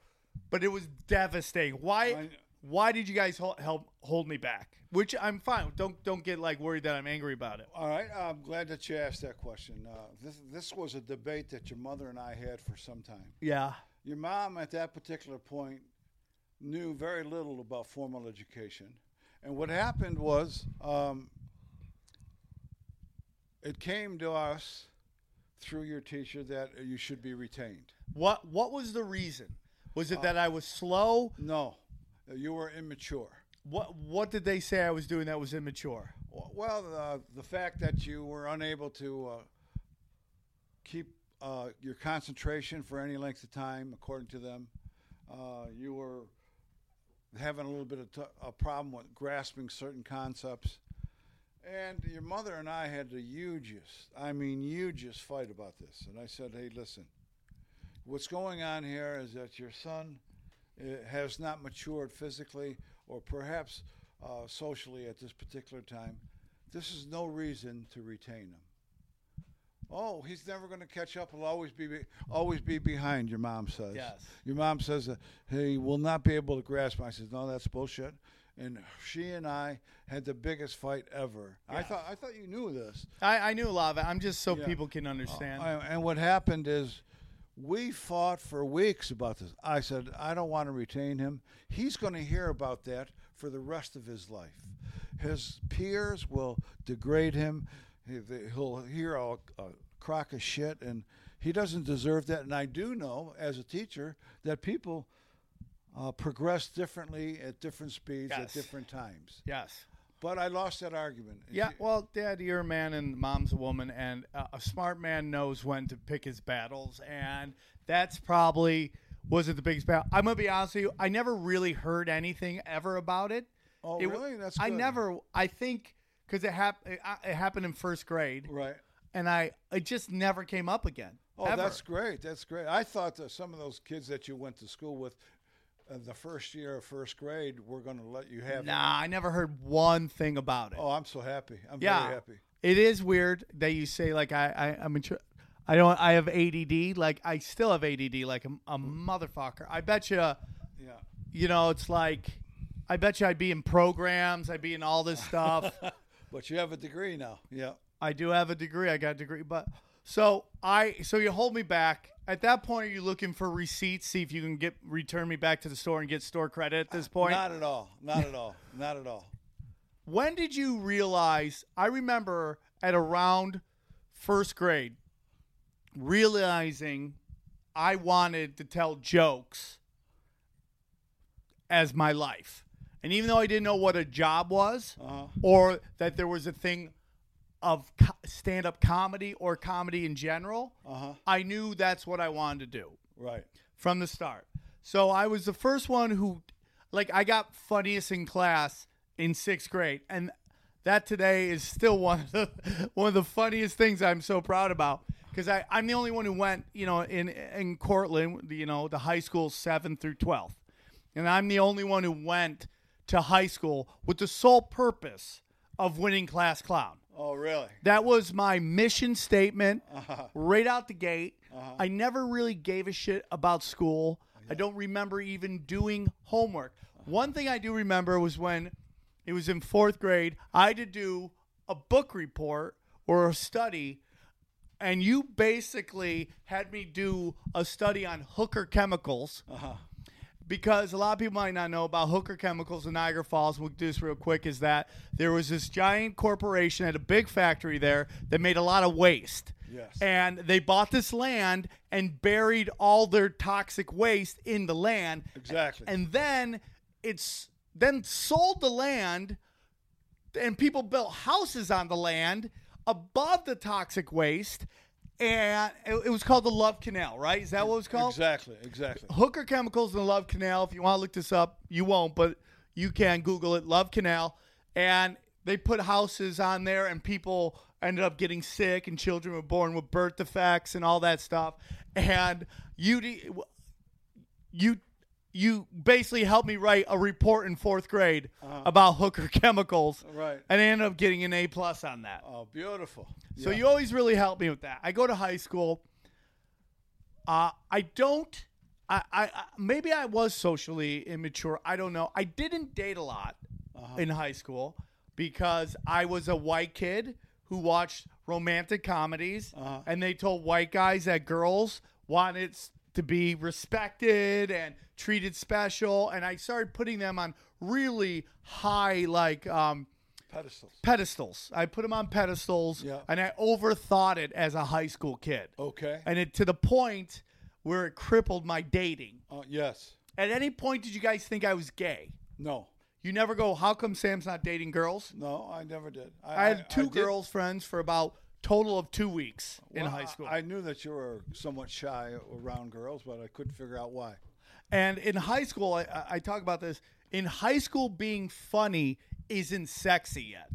A: But it was devastating. Why?
B: I-
A: why did you guys hold, help hold me back? Which I'm fine. with. Don't don't get like worried that I'm angry about it.
B: All right, I'm glad that you asked that question. Uh, this this was a debate that your mother and I had for some time.
A: Yeah.
B: Your mom at that particular point knew very little about formal education. And what happened was um, it came to us through your teacher that you should be retained.
A: What what was the reason? Was
B: Uh,
A: it that I was slow?
B: No, you were immature.
A: What what did they say I was doing that was immature?
B: Well, uh, the fact that you were unable to uh, keep uh, your concentration for any length of time, according to them, uh, you were having a little bit of t- a problem with grasping certain concepts. And your mother and I had the hugest, I mean, hugest fight about this. And I said, hey, listen, what's going on here is that your son uh, has not matured physically or perhaps uh, socially at this particular time. This is no reason to retain him. Oh, he's never going to catch up. He'll always be, be always be behind. Your mom says.
A: Yes.
B: Your mom says that he will not be able to grasp. I says, no, that's bullshit. And she and I had the biggest fight ever. I
A: Yeah.
B: thought I thought you knew this.
A: I, I knew a lot of it. I'm just so
B: Yeah. Oh,
A: people can understand.
B: I- and what happened is we fought for weeks about this. I said, I don't want to retain him. He's going to hear about that for the rest of his life. His peers will degrade him. He- they- He'll hear a, a crock of shit, and he doesn't deserve that. And I do know, as a teacher, that people uh, progress differently at different speeds at
A: Yes.
B: different times.
A: yes.
B: But I lost that argument.
A: Yeah, well, Dad, you're a man and Mom's a woman, and uh, a smart man knows when to pick his battles, and that's probably was it the biggest battle. I'm gonna be honest with you, I never really heard anything ever about it
B: Oh,
A: It w-
B: really? That's
A: I
B: good.
A: never. I think because it happened. It, I- it happened in first grade,
B: Right.
A: and I it just never came up again.
B: Oh,
A: ever.
B: that's great. That's great. I thought that some of those kids that you went to school with, uh, the first year of first grade, were going to let you have. it.
A: Nah, I never heard one thing about it.
B: Oh, I'm so happy. I'm
A: yeah,
B: very happy.
A: it is weird that you say like I, I I'm intro- I don't I have ADD. Like I still have ADD. Like a, a motherfucker. I bet you.
B: Yeah.
A: You know, it's like I bet you I'd be in programs. I'd be in all this stuff.
B: But you have a degree now. Yeah.
A: I do have a degree. I got a degree, but so I so you hold me back. At that point, are you looking for receipts? See if you can get return me back to the store and get store credit at this point.
B: Not at all. Not at all. Not at all.
A: when did you realize? I remember at around first grade realizing I wanted to tell jokes as my life, and even though I didn't know what a job was,
B: Uh-huh.
A: or that there was a thing of co- stand-up comedy or comedy in general
B: Uh-huh.
A: i knew that's what i wanted to do
B: Right.
A: from the start so i was the first one who like i got funniest in class in sixth grade and that today is still one of the, one of the funniest things i'm so proud about because i'm the only one who went you know in in cortland you know the high school 7th through 12th and i'm the only one who went to high school with the sole purpose of winning class clown
B: Oh, really?
A: that was my mission statement right out the gate. I never really gave a shit about school. I don't remember even doing homework. One thing I do remember was when it was in fourth grade, I had to do a book report or a study, and you basically had me do a study on hooker chemicals because a lot of people might not know about Hooker Chemicals in Niagara Falls. We'll do this real quick. Is that there was this giant corporation at a big factory there that made a lot of waste.
B: Yes.
A: And they bought this land and buried all their toxic waste in the land.
B: Exactly.
A: And then it's then sold the land, and people built houses on the land above the toxic waste. And it, it was called the Love Canal, right? Is that what it was called?
B: exactly. Exactly.
A: Hooker Chemicals and Love Canal. If you want to look this up, you won't, but you can Google it. Love Canal, and they put houses on there, and people ended up getting sick, and children were born with birth defects and all that stuff. And you, de- you, you basically helped me write a report in fourth grade about Hooker Chemicals,
B: Right.
A: and I ended up getting an A plus on that.
B: Oh, beautiful.
A: So
B: Yeah.
A: you always really helped me with that. I go to high school. Uh, I don't. I, I, I maybe I was socially immature. I don't know. I didn't date a lot
B: Uh-huh.
A: in high school because I was a white kid who watched romantic comedies,
B: Uh-huh.
A: and they told white guys that girls wanted s- to be respected and treated special, and I started putting them on really high like um,
B: pedestals.
A: pedestals. I put them on pedestals,
B: Yeah. Oh.
A: and I overthought it as a high school kid,
B: Okay.
A: and it to the point where it crippled my dating.
B: Oh, yes.
A: At any point, did you guys think I was gay?
B: No.
A: You never go. How come Sam's not dating girls?
B: No, I never did.
A: I had two
B: did-
A: girls friends for about total of two weeks in
B: Well,
A: high
B: I-
A: school.
B: I knew that you were somewhat shy around girls, but I couldn't figure out why.
A: And in high school, I, I- I talk about this. In high school, being funny isn't sexy yet.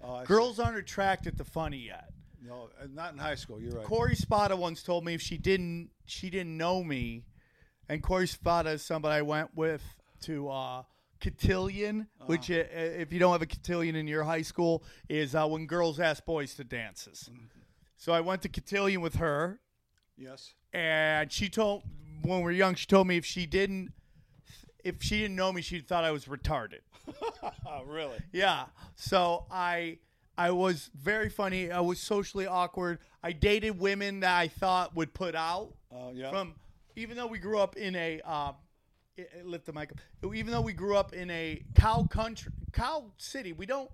B: Oh, I see.
A: Girls aren't attracted to funny yet.
B: No, uh, not in high school. You're right.
A: Corey Spada once told me if she didn't she didn't know me, and Corey Spada is somebody I went with to uh, cotillion, which i- i- if you don't have a cotillion in your high school is uh, when girls ask boys to dances. So I went to cotillion with her,
B: yes.
A: and she told when we were young she told me if she didn't if she didn't know me she thought I was retarded.
B: Oh, really?
A: Yeah. So I I was very funny. I was socially awkward. I dated women that I thought would put out uh,
B: Oh, yeah.
A: from even though we grew up in a um, it- it- lift the mic up. Even though we grew up in a cow country, cow city, we don't.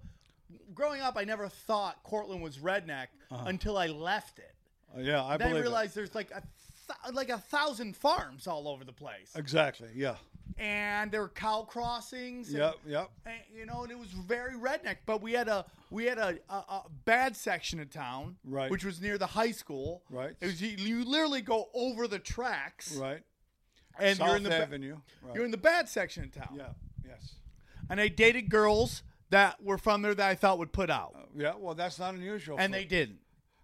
A: Growing up, I never thought Cortland was redneck until I left it.
B: Uh, yeah, I
A: Then I
B: Uh-huh. believe it.
A: realized there's like a th- like a thousand farms all over the place,
B: Exactly. Yeah.
A: and there were cow crossings. and-
B: Yep. Yep.
A: and, you know, and it was very redneck. But we had a we had a, a, a bad section of town,
B: Right.
A: which was near the high school,
B: Right.
A: It was you, you literally go over the tracks,
B: Right.
A: and
B: South
A: you're in the ba-
B: Avenue. Right.
A: you're in the bad section of town.
B: yeah. Yes.
A: and I dated girls that were from there that I thought would put out,
B: Yeah, well, that's not unusual.
A: and
B: for,
A: they didn't.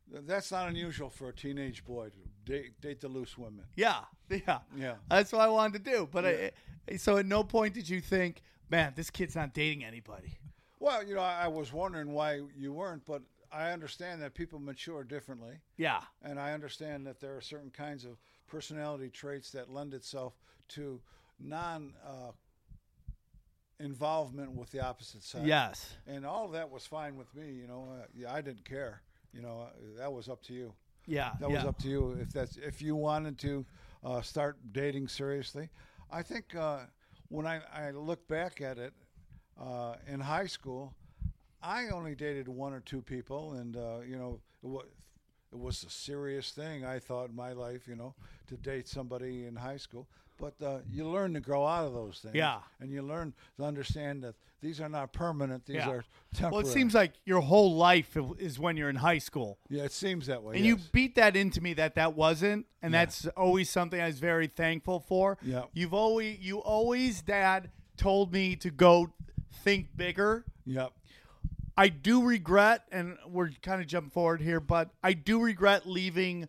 B: that's not unusual for a teenage boy to date, date the loose women.
A: Yeah, yeah,
B: Yeah.
A: That's what I wanted to do. But I, so at no point did you think, man, this kid's not dating anybody.
B: Well, you know, I, I was wondering why you weren't, but I understand that people mature differently,
A: Yeah,
B: and I understand that there are certain kinds of personality traits that lend itself to non uh, involvement with the opposite sex.
A: yes,
B: and all of that was fine with me. You know, uh, yeah, I didn't care. You know, uh, that was up to you.
A: yeah,
B: That
A: yeah.
B: was up to you. If that's if you wanted to uh, start dating seriously, I think uh, when I, I look back at it uh, in high school, I only dated one or two people, and uh, you know it was, it was a serious thing I thought in my life. You know, to date somebody in high school. But uh, you learn to grow out of those things,
A: Yeah.
B: and you learn to understand that these are not permanent; these
A: Yeah.
B: are temporary.
A: Well, it seems like your whole life is when you're in high school.
B: yeah, it seems that way.
A: And you
B: yes.
A: beat that into me that that wasn't, and that's always something I was very thankful for.
B: Yeah.
A: You've always, you always, Dad told me to go think bigger.
B: yep,
A: I do regret, and we're kind of jumping forward here, but I do regret leaving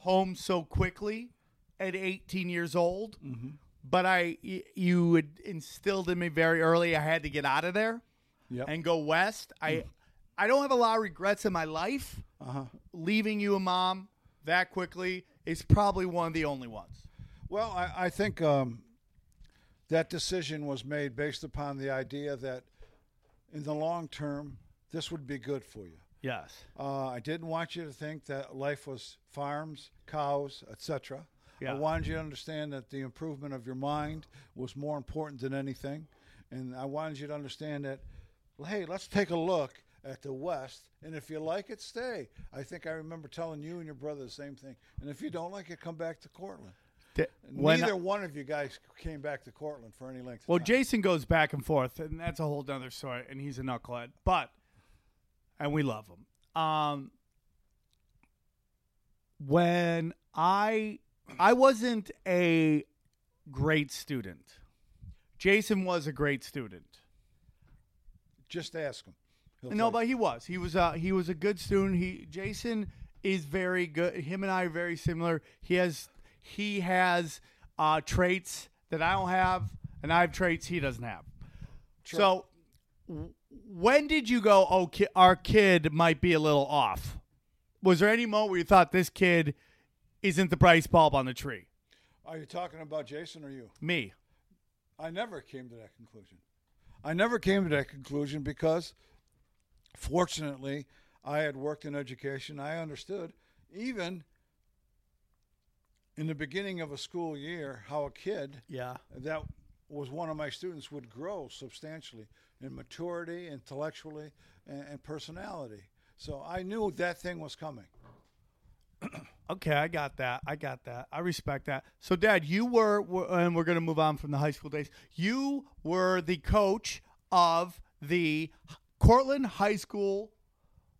A: home so quickly at 18 years old.
B: Mm-hmm.
A: But I, y- you had instilled in me very early. I had to get out of there
B: yep, Mm.
A: and go west. I, I don't have a lot of regrets in my life
B: uh-huh.
A: leaving you a mom that quickly is probably one of the only ones.
B: Well, I, I think um, that decision was made based upon the idea that in the long term, this would be good for you.
A: Yes.
B: Uh, I didn't want you to think that life was farms, cows, etc.
A: Yeah.
B: I wanted you to understand that the improvement of your mind was more important than anything, and I wanted you to understand that. well, Hey, let's take a look at the West, and if you like it, stay. I think I remember telling you and your brother the same thing. And if you don't like it, come back to Cortland.
A: when
B: Neither one of you guys came back to Cortland for any length. Of
A: well,
B: time.
A: Jason goes back and forth, and that's a whole other story, and he's a knucklehead, but and we love him. Um, when I I wasn't a great student, Jason was a great student.
B: just ask him. He'll
A: No,
B: tell
A: but he was. He was. Uh, he was a good student. He Jason is very good. Him and I are very similar. He has he has uh, traits that I don't have, and I have traits he doesn't have. So, w- when did you go? Oh, ki- our kid might be a little off. Was there any moment where you thought this kid isn't the Bryce bulb on the tree?
B: you. Are you talking about Jason or you?
A: Me.
B: I never came to that conclusion. I never came to that conclusion because, fortunately, I had worked in education. I understood, even in the beginning of a school year, how a kid
A: Yeah.
B: that was one of my students would grow substantially in maturity, intellectually, and, and personality. So I knew that thing was coming.
A: Okay, I got that. I got that. I respect that. So, Dad, you were, were and we're going to move on from the high school days. You were the coach of the Cortland High School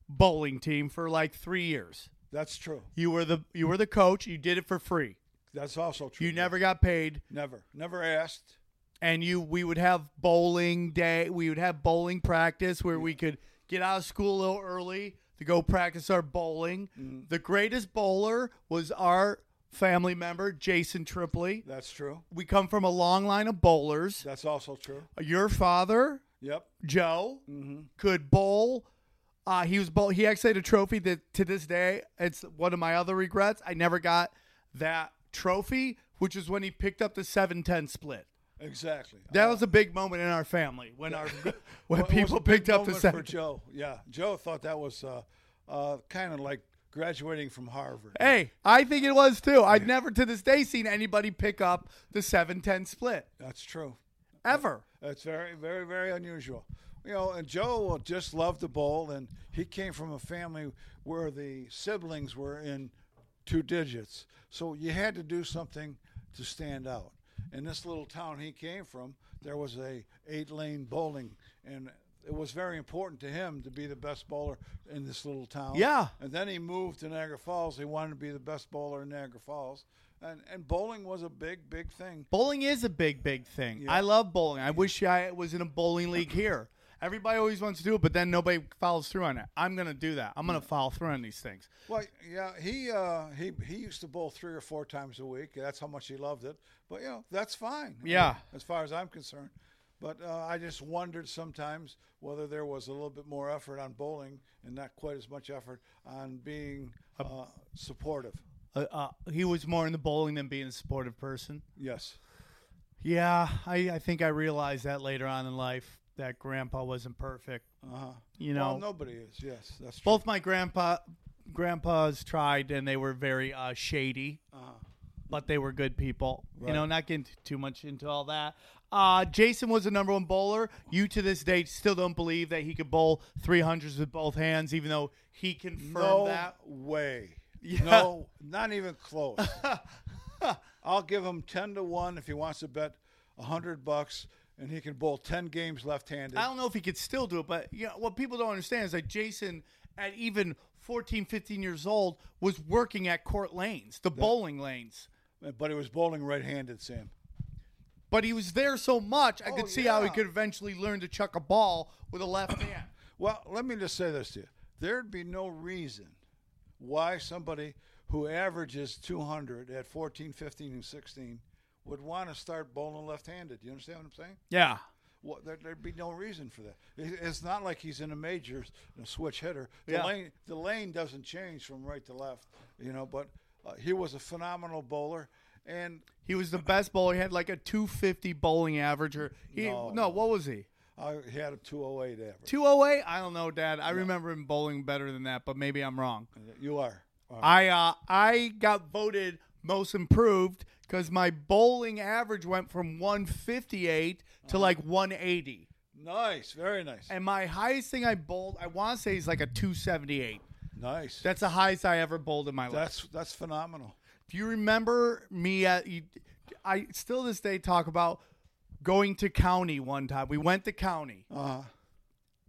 A: bowling team for like three years.
B: That's true.
A: You were the you were the coach. You did it for free.
B: That's also true.
A: You never got paid,
B: never, never asked.
A: and you we would have bowling day. We would have bowling practice where we could get out of school a little early to go practice our bowling. The greatest bowler was our family member Jason Tripley.
B: That's true.
A: we come from a long line of bowlers.
B: That's also true.
A: Your father,
B: Yep.
A: Joe, could bowl. Uh, he was bowl. He actually had a trophy that to this day it's one of my other regrets. I never got that trophy, which is when he picked up the seven ten split.
B: Exactly.
A: That was a big moment in our family when our when
B: Well, it was
A: people
B: a big
A: picked up the
B: moment for
A: seven.
B: Joe. Yeah, Joe thought that was uh, uh, kind of like graduating from Harvard.
A: Hey, I think it was too. I've never to this day seen anybody pick up the seven ten split
B: That's true.
A: ever.
B: That's very, very, very unusual. You know, and Joe just loved to bowl, and he came from a family where the siblings were in two digits. So you had to do something to stand out. In this little town he came from, there was a eight-lane bowling, and it was very important to him to be the best bowler in this little town.
A: Yeah.
B: And then he moved to Niagara Falls. He wanted to be the best bowler in Niagara Falls, and and bowling was a big big thing.
A: Bowling is a big, big thing.
B: Yeah.
A: I love bowling. I wish I was in a bowling league here. Everybody always wants to do it, but then nobody follows through on it. I'm going to do that. I'm going to follow through on these things.
B: Well, yeah, he uh, he he used to bowl three or four times a week. That's how much he loved it. But you know, that's fine. I mean,
A: Yeah.
B: as far as I'm concerned. But uh, I just wondered sometimes whether there was a little bit more effort on bowling and not quite as much effort on being uh, supportive.
A: Uh, uh, he was more into bowling than being a supportive person.
B: Yes.
A: Yeah, I, I think I realized that later on in life that grandpa wasn't perfect.
B: Uh-huh.
A: You know,
B: well, nobody is. Yes, that's true.
A: both my grandpa grandpas tried and they were very uh, shady,
B: Uh-huh.
A: but they were good people. You
B: Right.
A: know, not getting t- too much into all that. Uh, Jason was the number one bowler. You to this day still don't believe that he could bowl 300s with both hands, even though he confirmed
B: No
A: that.
B: way.
A: Yeah.
B: No, not even close. I'll give him ten to one if he wants to bet hundred bucks, and he can bowl ten games left-handed.
A: I don't know if he could still do it, but you know, what people don't understand is that Jason, at even 14, 15 years old, was working at court lanes, the bowling lanes.
B: but he was bowling right-handed, Sam.
A: But he was there so much, I
B: Oh,
A: could see how he
B: yeah.
A: could eventually learn to chuck a ball with a left hand.
B: Well, let me just say this to you: there'd be no reason why somebody who averages 200 at 14, 15, and 16 would want to start bowling left-handed. You understand what I'm saying?
A: Yeah.
B: Well, there, there'd be no reason for that. It, it's not like he's in a major a switch hitter. The
A: Yeah.
B: lane the lane doesn't change from right to left, you know. But uh, he was a phenomenal bowler, and
A: He was the best bowler. He had like a 250 bowling average. Or he, no.
B: No.
A: what was he?
B: uh, he had a 208 average.
A: 208? I don't know, Dad. I remember him bowling better than that, but maybe I'm wrong.
B: You are. Uh,
A: I uh, I got voted most improved because my bowling average went from 158 to like
B: Uh-huh.
A: 180,
B: nice, very nice,
A: and my highest thing I bowled, I want to say, is like a 278.
B: nice.
A: That's the highest I ever bowled in my life.
B: that's that's phenomenal.
A: Do you remember me? At, you, I still this day talk about going to county one time. We went to county
B: Uh,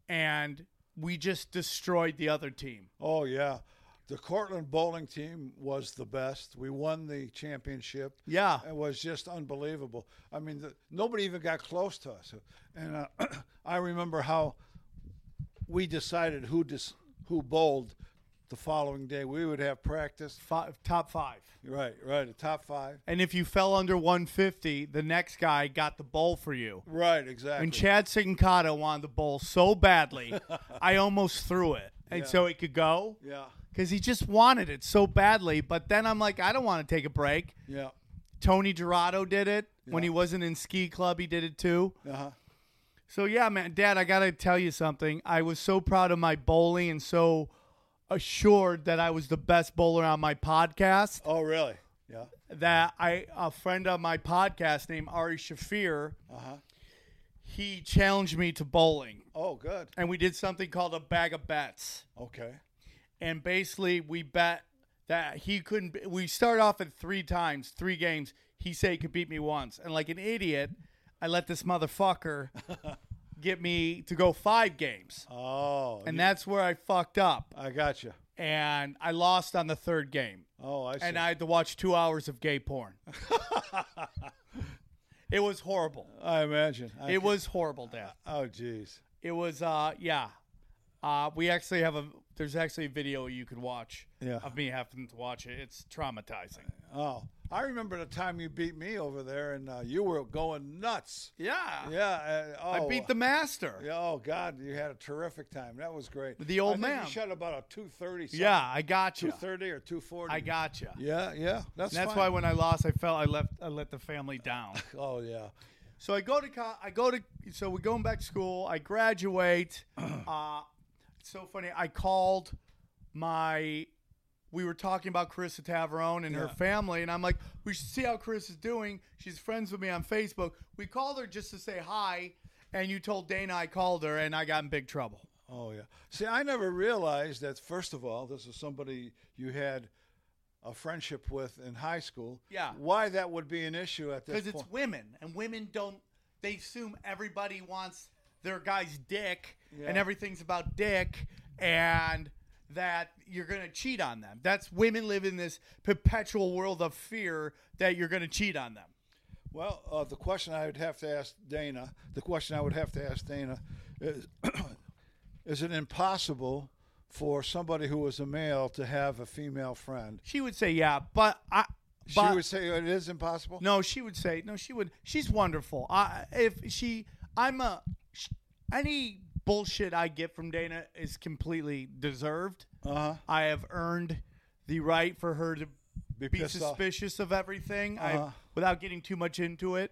A: and we just destroyed the other team.
B: oh yeah, the Cortland bowling team was the best. We won the championship.
A: Yeah,
B: It was just unbelievable. I mean, the, nobody even got close to us. And uh, I remember how we decided who dis, who bowled the following day. We would have practice.
A: five, top five.
B: Right, right, the top five.
A: And if you fell under 150, the next guy got the bowl for you.
B: Right, exactly.
A: And Chad Sincata wanted the bowl so badly, I almost threw it. And
B: Yeah.
A: so it could go
B: yeah,
A: because he just wanted it so badly. But then I'm like, I don't want to take a break.
B: yeah,
A: Tony Gerardo did it when
B: Yeah.
A: he wasn't in ski club. He did it too.
B: uh-huh.
A: So yeah, man, Dad, I gotta tell you something. I was so proud of my bowling and so assured that I was the best bowler on my podcast
B: Oh, really? Yeah,
A: that I a friend of my podcast named Ari Shafir
B: uh-huh.
A: he challenged me to bowling
B: Oh, good.
A: and we did something called a bag of bets
B: Okay.
A: and basically we bet that he couldn't be- we start off at three times three games he said he could beat me once and like an idiot i let this motherfucker get me to go five games
B: Oh,
A: and
B: you-
A: that's where i fucked up
B: I got you.
A: and i lost on the third game
B: Oh, I see.
A: and i had to watch two hours of gay porn it was horrible
B: I imagine. I
A: it
B: ca-
A: was horrible dad
B: Oh, jeez.
A: it was uh yeah uh we actually have a there's actually a video you could watch
B: Yeah.
A: of me having to watch it it's traumatizing
B: Oh, I remember the time you beat me over there, and uh, you were going nuts.
A: yeah,
B: Yeah. Uh, oh,
A: i beat the master
B: Yeah, oh God, you had a terrific time. That was great.
A: The old
B: I think
A: man.
B: You shot about a two thirty.
A: yeah i got
B: two
A: you
B: thirty or two forty.
A: i got you
B: Yeah, yeah. That's
A: that's
B: fine.
A: why when i lost i felt i left i let the family down
B: Oh yeah.
A: so i go to co- i go to so we're going back to school i graduate uh it's so funny i called my we were talking about Carissa Taverone and her
B: Yeah.
A: family, and I'm like, we should see how Chris is doing. She's friends with me on Facebook. We called her just to say hi, and you told Dana I called her, and I got in big trouble.
B: Oh yeah. See, I never realized that. First of all, this is somebody you had a friendship with in high school.
A: Yeah.
B: Why that would be an issue at this
A: Because
B: point?
A: it's women, and women don't, they assume everybody wants their guy's dick,
B: Yeah.
A: and everything's about dick, and that you're going to cheat on them. That's women live in this perpetual world of fear that you're going to cheat on them.
B: Well, uh, the question I would have to ask Dana, the question I would have to ask Dana is Is it impossible for somebody who is a male to have a female friend?
A: She would say, "Yeah, but I." But
B: she would say it is impossible?
A: no, she would say no. She would. She's wonderful. I if she, I'm a. sh any bullshit I get from Dana is completely deserved.
B: Uh-huh.
A: I have earned the right for her to be,
B: Be pissed off.
A: suspicious of everything I-
B: Uh-huh.
A: without getting too much into it.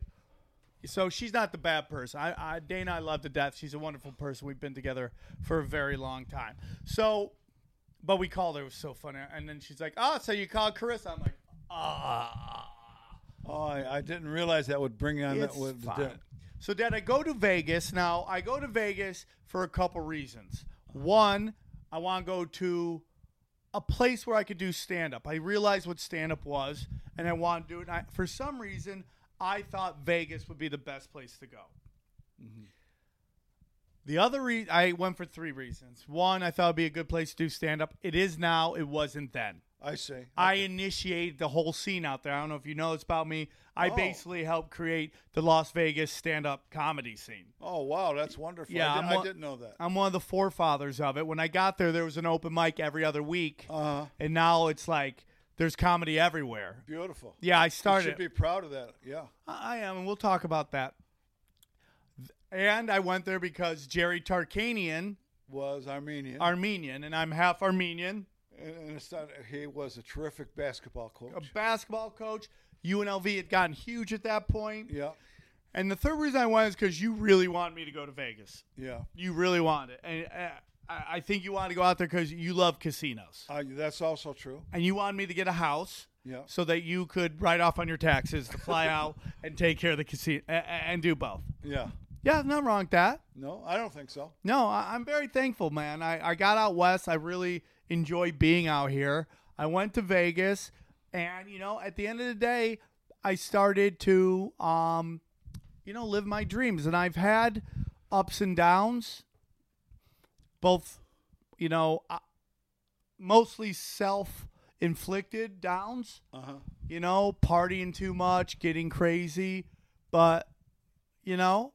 A: So she's not the bad person. I, I Dana, I love to death. She's a wonderful person. We've been together for a very long time. So, but we called her. It was so funny. And then she's like, "Oh, so you called Carissa?" I'm like, "Ah."
B: Oh, I, I didn't realize that would bring on
A: It's
B: that would
A: fine. So, Dad, I go to Vegas. Now, I go to Vegas for a couple reasons. One, I want to go to a place where I could do stand up. I realized what stand up was, and I want to do it. And I, for some reason, I thought Vegas would be the best place to go. Mm-hmm. The other re- I went for three reasons. One, I thought it'd be a good place to do stand up. It is now. It wasn't then.
B: I see.
A: I initiated the whole scene out there. I don't know if you know this about me. I
B: Oh.
A: basically helped create the Las Vegas stand up comedy scene.
B: Oh wow, that's wonderful.
A: Yeah,
B: I, did,
A: I'm
B: I
A: wa-
B: didn't know that.
A: I'm one of the forefathers of it. When I got there, there was an open mic every other week.
B: Uh,
A: and now it's like there's comedy everywhere.
B: beautiful. You
A: Yeah, I started.
B: should be proud of that. Yeah.
A: I I am, and we'll talk about that. And I went there because Jerry Tarkanian,
B: Was Armenian,
A: Armenian, and I'm half Armenian,
B: and, and it's not, he was a terrific basketball
A: a
B: coach.
A: basketball coach. UNLV had gotten huge at that point.
B: Yeah,
A: And the third reason I went is because you really wanted me to go to Vegas.
B: yeah.
A: You really wanted it. And uh, I I think you wanted to go out there because you love casinos.
B: Uh, that's also true.
A: And you wanted me to get a house
B: Yeah.
A: so that you could write off on your taxes to fly out and take care of the casino a- a- and do both.
B: Yeah.
A: Yeah, not wrong with that.
B: No, I don't think so.
A: No, I, I'm very thankful, man. I, I got out west. I really enjoy being out here. I went to Vegas, and you know, at the end of the day, I started to, um, you know, live my dreams. And I've had ups and downs, both, you know, uh, mostly self-inflicted downs
B: Uh huh.
A: you know, partying too much, getting crazy. But, you know,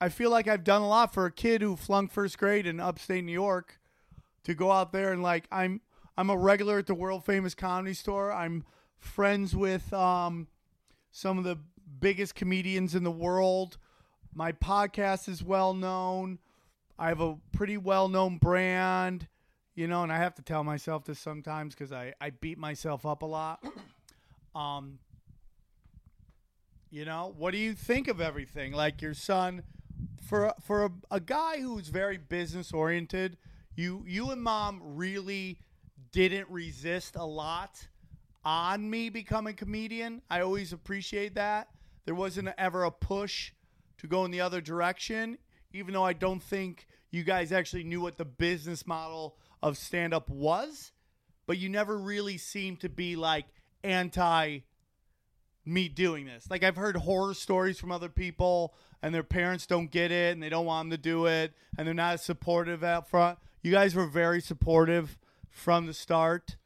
A: I feel like I've done a lot for a kid who flung first grade in upstate New York to go out there and like I'm I'm a regular at the world famous comedy store. I'm friends with um some of the biggest comedians in the world. My podcast is well known. I have a pretty well known brand, you know, and I have to tell myself this sometimes because I, I beat myself up a lot. Um, you know, what do you think of everything? Like your son, for for a, a guy who's very business oriented, you you and mom really didn't resist a lot on me becoming comedian. I always appreciate that. There wasn't ever a push to go in the other direction, even though I don't think you guys actually knew what the business model of stand up was but you never really seem to be like anti me doing this. Like I've heard horror stories from other people and their parents don't get it and they don't want them to do it and they're not as supportive out front. You guys were very supportive from the start.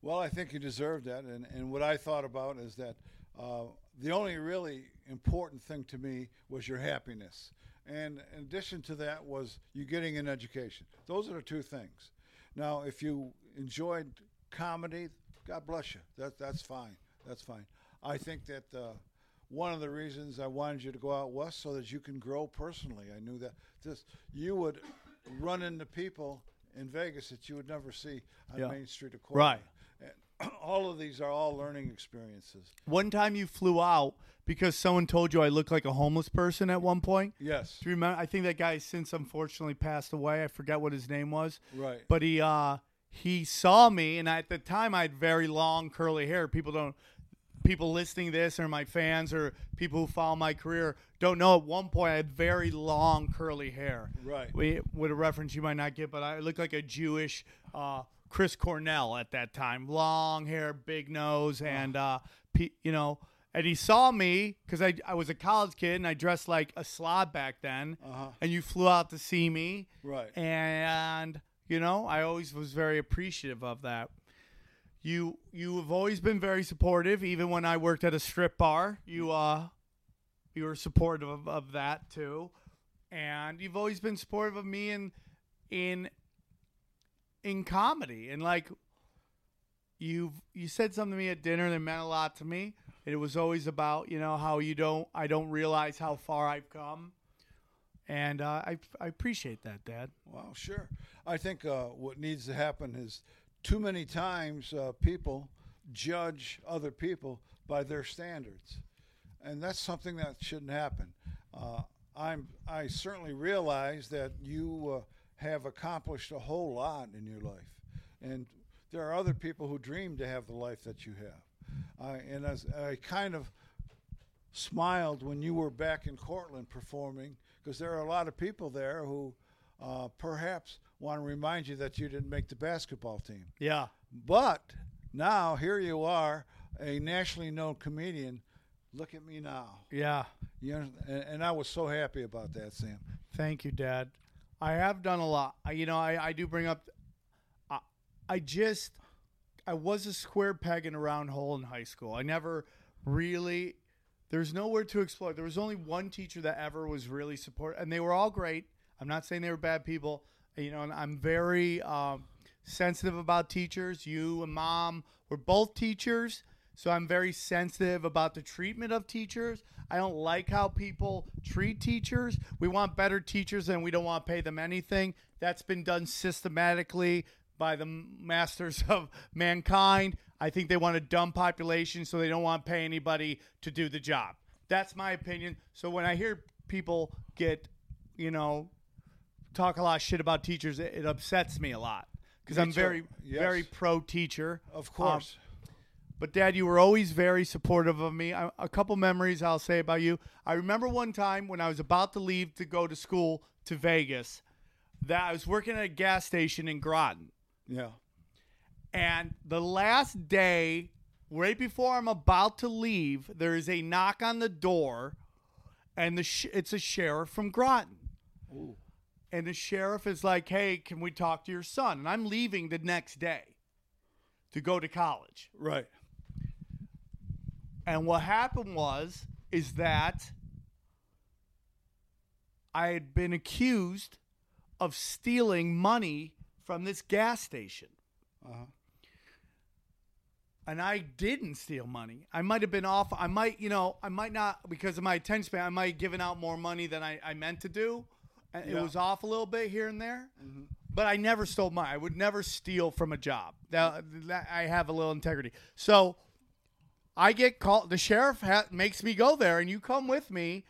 B: Well, I think you deserve that. And, and what I thought about is that uh, the only really important thing to me was your happiness. And in addition to that was you getting an education. Those are the two things. Now, if you enjoyed comedy, God bless you. That, that's fine. That's fine. I think that uh, one of the reasons I wanted you to go out west so that you can grow personally. I knew that this you would run into people in Vegas that you would never see on
A: Yeah.
B: Main Street or Cortland.
A: Right.
B: And all of these are all learning experiences.
A: One time you flew out because someone told you I looked like a homeless person at one point.
B: Yes.
A: Do you remember? I think that guy has since unfortunately passed away. I forget what his name was.
B: Right.
A: But he uh he saw me, and at the time I had very long curly hair. People don't. People listening to this, or my fans, or people who follow my career, don't know. At one point, I had very long curly hair.
B: Right.
A: We, with a reference you might not get, but I looked like a Jewish uh, Chris Cornell at that time. Long hair, big nose, and uh, pe- you know, and he saw me because I, I was a college kid and I dressed like a slob back then.
B: Uh-huh.
A: And you flew out to see me,
B: Right.
A: and You know, I always was very appreciative of that. You you have always been very supportive, even when I worked at a strip bar. You uh, you were supportive of, of that too, and you've always been supportive of me in in in comedy and like you you said something to me at dinner that meant a lot to me. It was always about you know how you don't I don't realize how far I've come, and uh, I I appreciate that, Dad.
B: Well, sure. I think uh, what needs to happen is too many times uh, people judge other people by their standards, and that's something that shouldn't happen. Uh, I'm I certainly realize that you uh, have accomplished a whole lot in your life, and there are other people who dream to have the life that you have. I and as I kind of smiled when you were back in Cortland performing because there are a lot of people there who uh, perhaps want to remind you that you didn't make the basketball team.
A: Yeah,
B: But now here you are, a nationally known comedian. Look at me now.
A: yeah.
B: You know, and, and I was so happy about that, Sam.
A: Thank you, Dad. I have done a lot. I, you know, I, I do bring up. I, I just, I was a square peg in a round hole in high school. I never really. There's nowhere to explore. There was only one teacher that ever was really support, and they were all great. I'm not saying they were bad people. You know, and I'm very um, sensitive about teachers. You and Mom were both teachers, so I'm very sensitive about the treatment of teachers. I don't like how people treat teachers. We want better teachers, and we don't want to pay them anything. That's been done systematically by the m- masters of mankind. I think they want a dumb population, so they don't want to pay anybody to do the job. That's my opinion. So when I hear people get, you know, talk a lot of shit about teachers, it, it upsets me a lot because
B: Me
A: I'm
B: too.
A: very,
B: Yes.
A: very pro teacher.
B: Of course.
A: But Dad, you were always very supportive of me. I, a couple memories I'll say about you. I remember one time when I was about to leave to go to school to Vegas, that I was working at a gas station in Groton,
B: Um, yeah.
A: and the last day, right before I'm about to leave, there is a knock on the door, and the sh- it's a sheriff from Groton. And the sheriff is like, "Hey, can we talk to your son?" And I'm leaving the next day to go to college.
B: Right.
A: And what happened was is that I had been accused of stealing money from this gas station.
B: Uh-huh.
A: And I didn't steal money. I might have been off. I might, you know, I might not because of my attention span. I might have given out more money than I, I meant to do. And
B: Yeah. Mm-hmm.
A: It was off a little bit here and there, but I never stole money. I would never steal from a job. That, that- I have a little integrity. So I get called. The sheriff ha- makes me go there, and you come with me,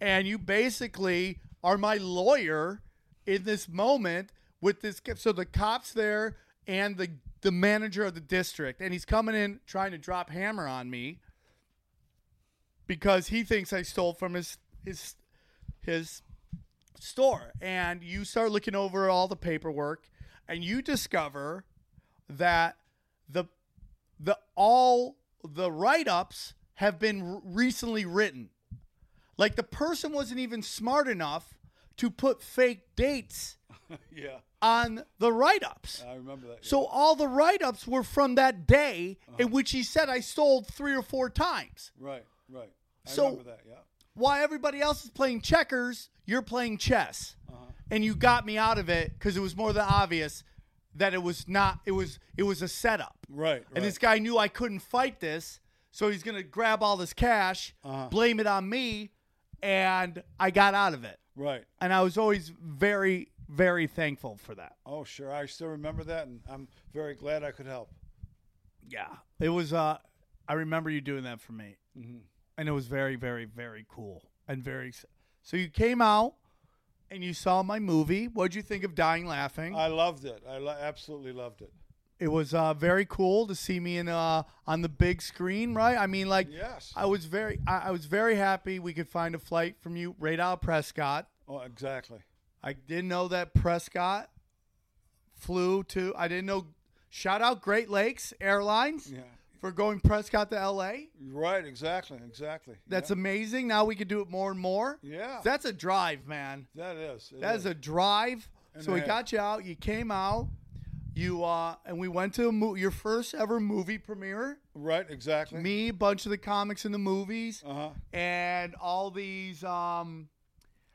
A: and you basically are my lawyer in this moment with this. c- So the cops there and the the manager of the district, and he's coming in trying to drop hammer on me because he thinks I stole from his his his store. And you start looking over all the paperwork, and you discover that the the all the write-ups have been r- recently written. Like the person wasn't even smart enough to put fake dates
B: Yeah.
A: on the write-ups.
B: I remember that.
A: So all the write-ups were from that day in which he said I sold three or four times.
B: Right. Right. I
A: So-
B: remember that. Yeah.
A: While everybody else is playing checkers, you're playing chess. And you got me out of it because it was more than obvious that it was not it was it was a setup.
B: Right.
A: And this guy knew I couldn't fight this, so he's gonna grab all this cash,
B: Uh-huh.
A: blame it on me, and I got out of it.
B: right.
A: And I was always very, very thankful for that.
B: Oh, sure. I still remember that, and I'm very glad I could help.
A: Yeah, it was. Uh, I remember you doing that for me,
B: Mm-hmm.
A: and it was very, very, very cool and very. ex- So you came out and you saw my movie. What'd you think of Dying Laughing?
B: I loved it. I lo- absolutely loved it.
A: it was uh, very cool to see me in uh, on the big screen, right? I mean, like,
B: Yes.
A: I was very, I, I was very happy we could find a flight from you right out of Prescott.
B: Oh, exactly.
A: I didn't know that Prescott flew to. I didn't know. Shout out Great Lakes Airlines
B: Yeah.
A: for going Prescott to L.A.
B: Right. Exactly. Exactly.
A: That's amazing. Now we can do it more and more.
B: Yeah.
A: That's a drive, man.
B: That is. it
A: That is a drive. So we
B: then-
A: got you out. You came out. You uh, and we went to a mo- your first ever movie premiere.
B: Right, exactly.
A: Me, a bunch of the comics and the movies,
B: Uh huh.
A: and all these um,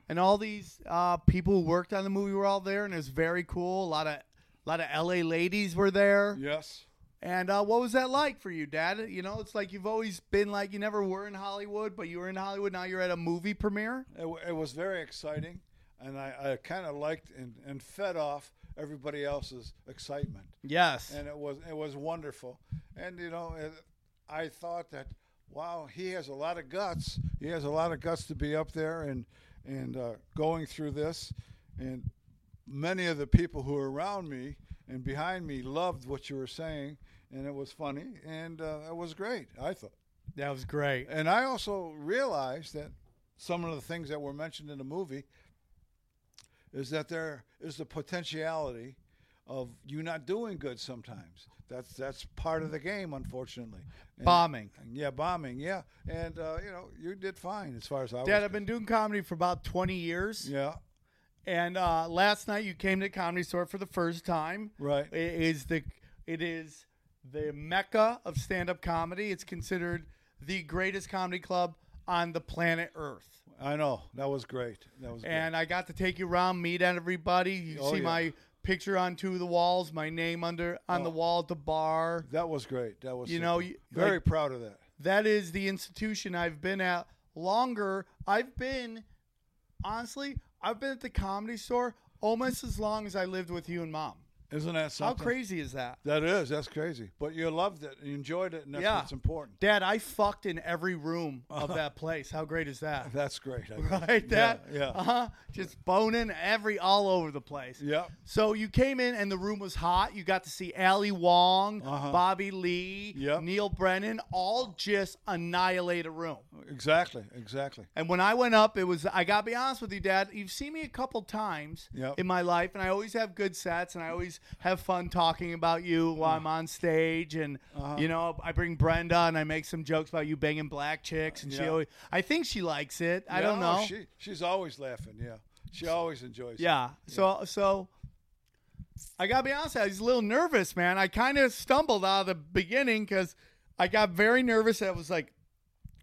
A: and all these uh, people who worked on the movie were all there, and it was very cool. A lot of a lot of LA ladies were there.
B: Yes.
A: And uh, what was that like for you, Dad? You know, it's like you've always been like you never were in Hollywood, but you were in Hollywood. Now you're at a movie premiere.
B: It, wa- it was very exciting, and I, I kind of liked and, and fed off everybody else's excitement,
A: Yes.
B: and it was it was wonderful. And you know, it, I thought that wow, he has a lot of guts. He has a lot of guts to be up there and and uh, going through this, and many of the people who were around me and behind me loved what you were saying, and it was funny, and uh, it was great. I thought.
A: that was great.
B: And I also realized that some of the things that were mentioned in the movie is that there is the potentiality of you not doing good sometimes. That's that's part of the game, unfortunately. And-
A: Bombing.
B: Yeah, bombing. Yeah, and uh, you know you did fine as far as I
A: Dad,
B: was.
A: I've been doing comedy for about 20 years.
B: yeah,
A: And uh, last night you came to Comedy Store for the first time.
B: right.
A: It is the it is the mecca of stand-up comedy. It's considered the greatest comedy club on the planet Earth.
B: I know that was great. That was great.
A: And I got to take you around, meet everybody. You
B: Oh,
A: see
B: yeah.
A: my picture on two of the walls, my name under on the
B: Oh.
A: wall at the bar.
B: that was great. That was
A: You
B: super.
A: know, you-
B: very
A: like-
B: proud of that.
A: That is the institution I've been at longer. I've been, honestly, I've been at the comedy store almost as long as I lived with you and mom.
B: Isn't that
A: How
B: something?
A: crazy is that?
B: That is. That's crazy. But you loved it. You enjoyed it, and that's
A: Yeah.
B: what's important.
A: Dad, I fucked in every room of that place. How great is that?
B: That's great. I guess.
A: Right? That?
B: yeah.
A: Uh-huh. Just boning every, all over the place.
B: Yep.
A: So you came in and the room was hot. You got to see Ali Wong,
B: Uh-huh.
A: Bobby Lee,
B: Yep.
A: Neil Brennan, all just annihilate a room.
B: Exactly, exactly.
A: And when I went up, it was I gotta be honest with you, Dad. You've seen me a couple times
B: Yep.
A: in my life, and I always have good sets, and I always have fun talking about you while I'm on stage, and
B: Uh-huh.
A: you know I bring Brenda and I make some jokes about you banging black chicks, and she
B: Yeah.
A: always I think she likes it. I
B: Yeah, oh,
A: don't know.
B: She she's always laughing. Yeah, she always enjoys. It.
A: yeah. So so I gotta be honest. I was a little nervous, man. I kind of stumbled out of the beginning because I got very nervous. I was like,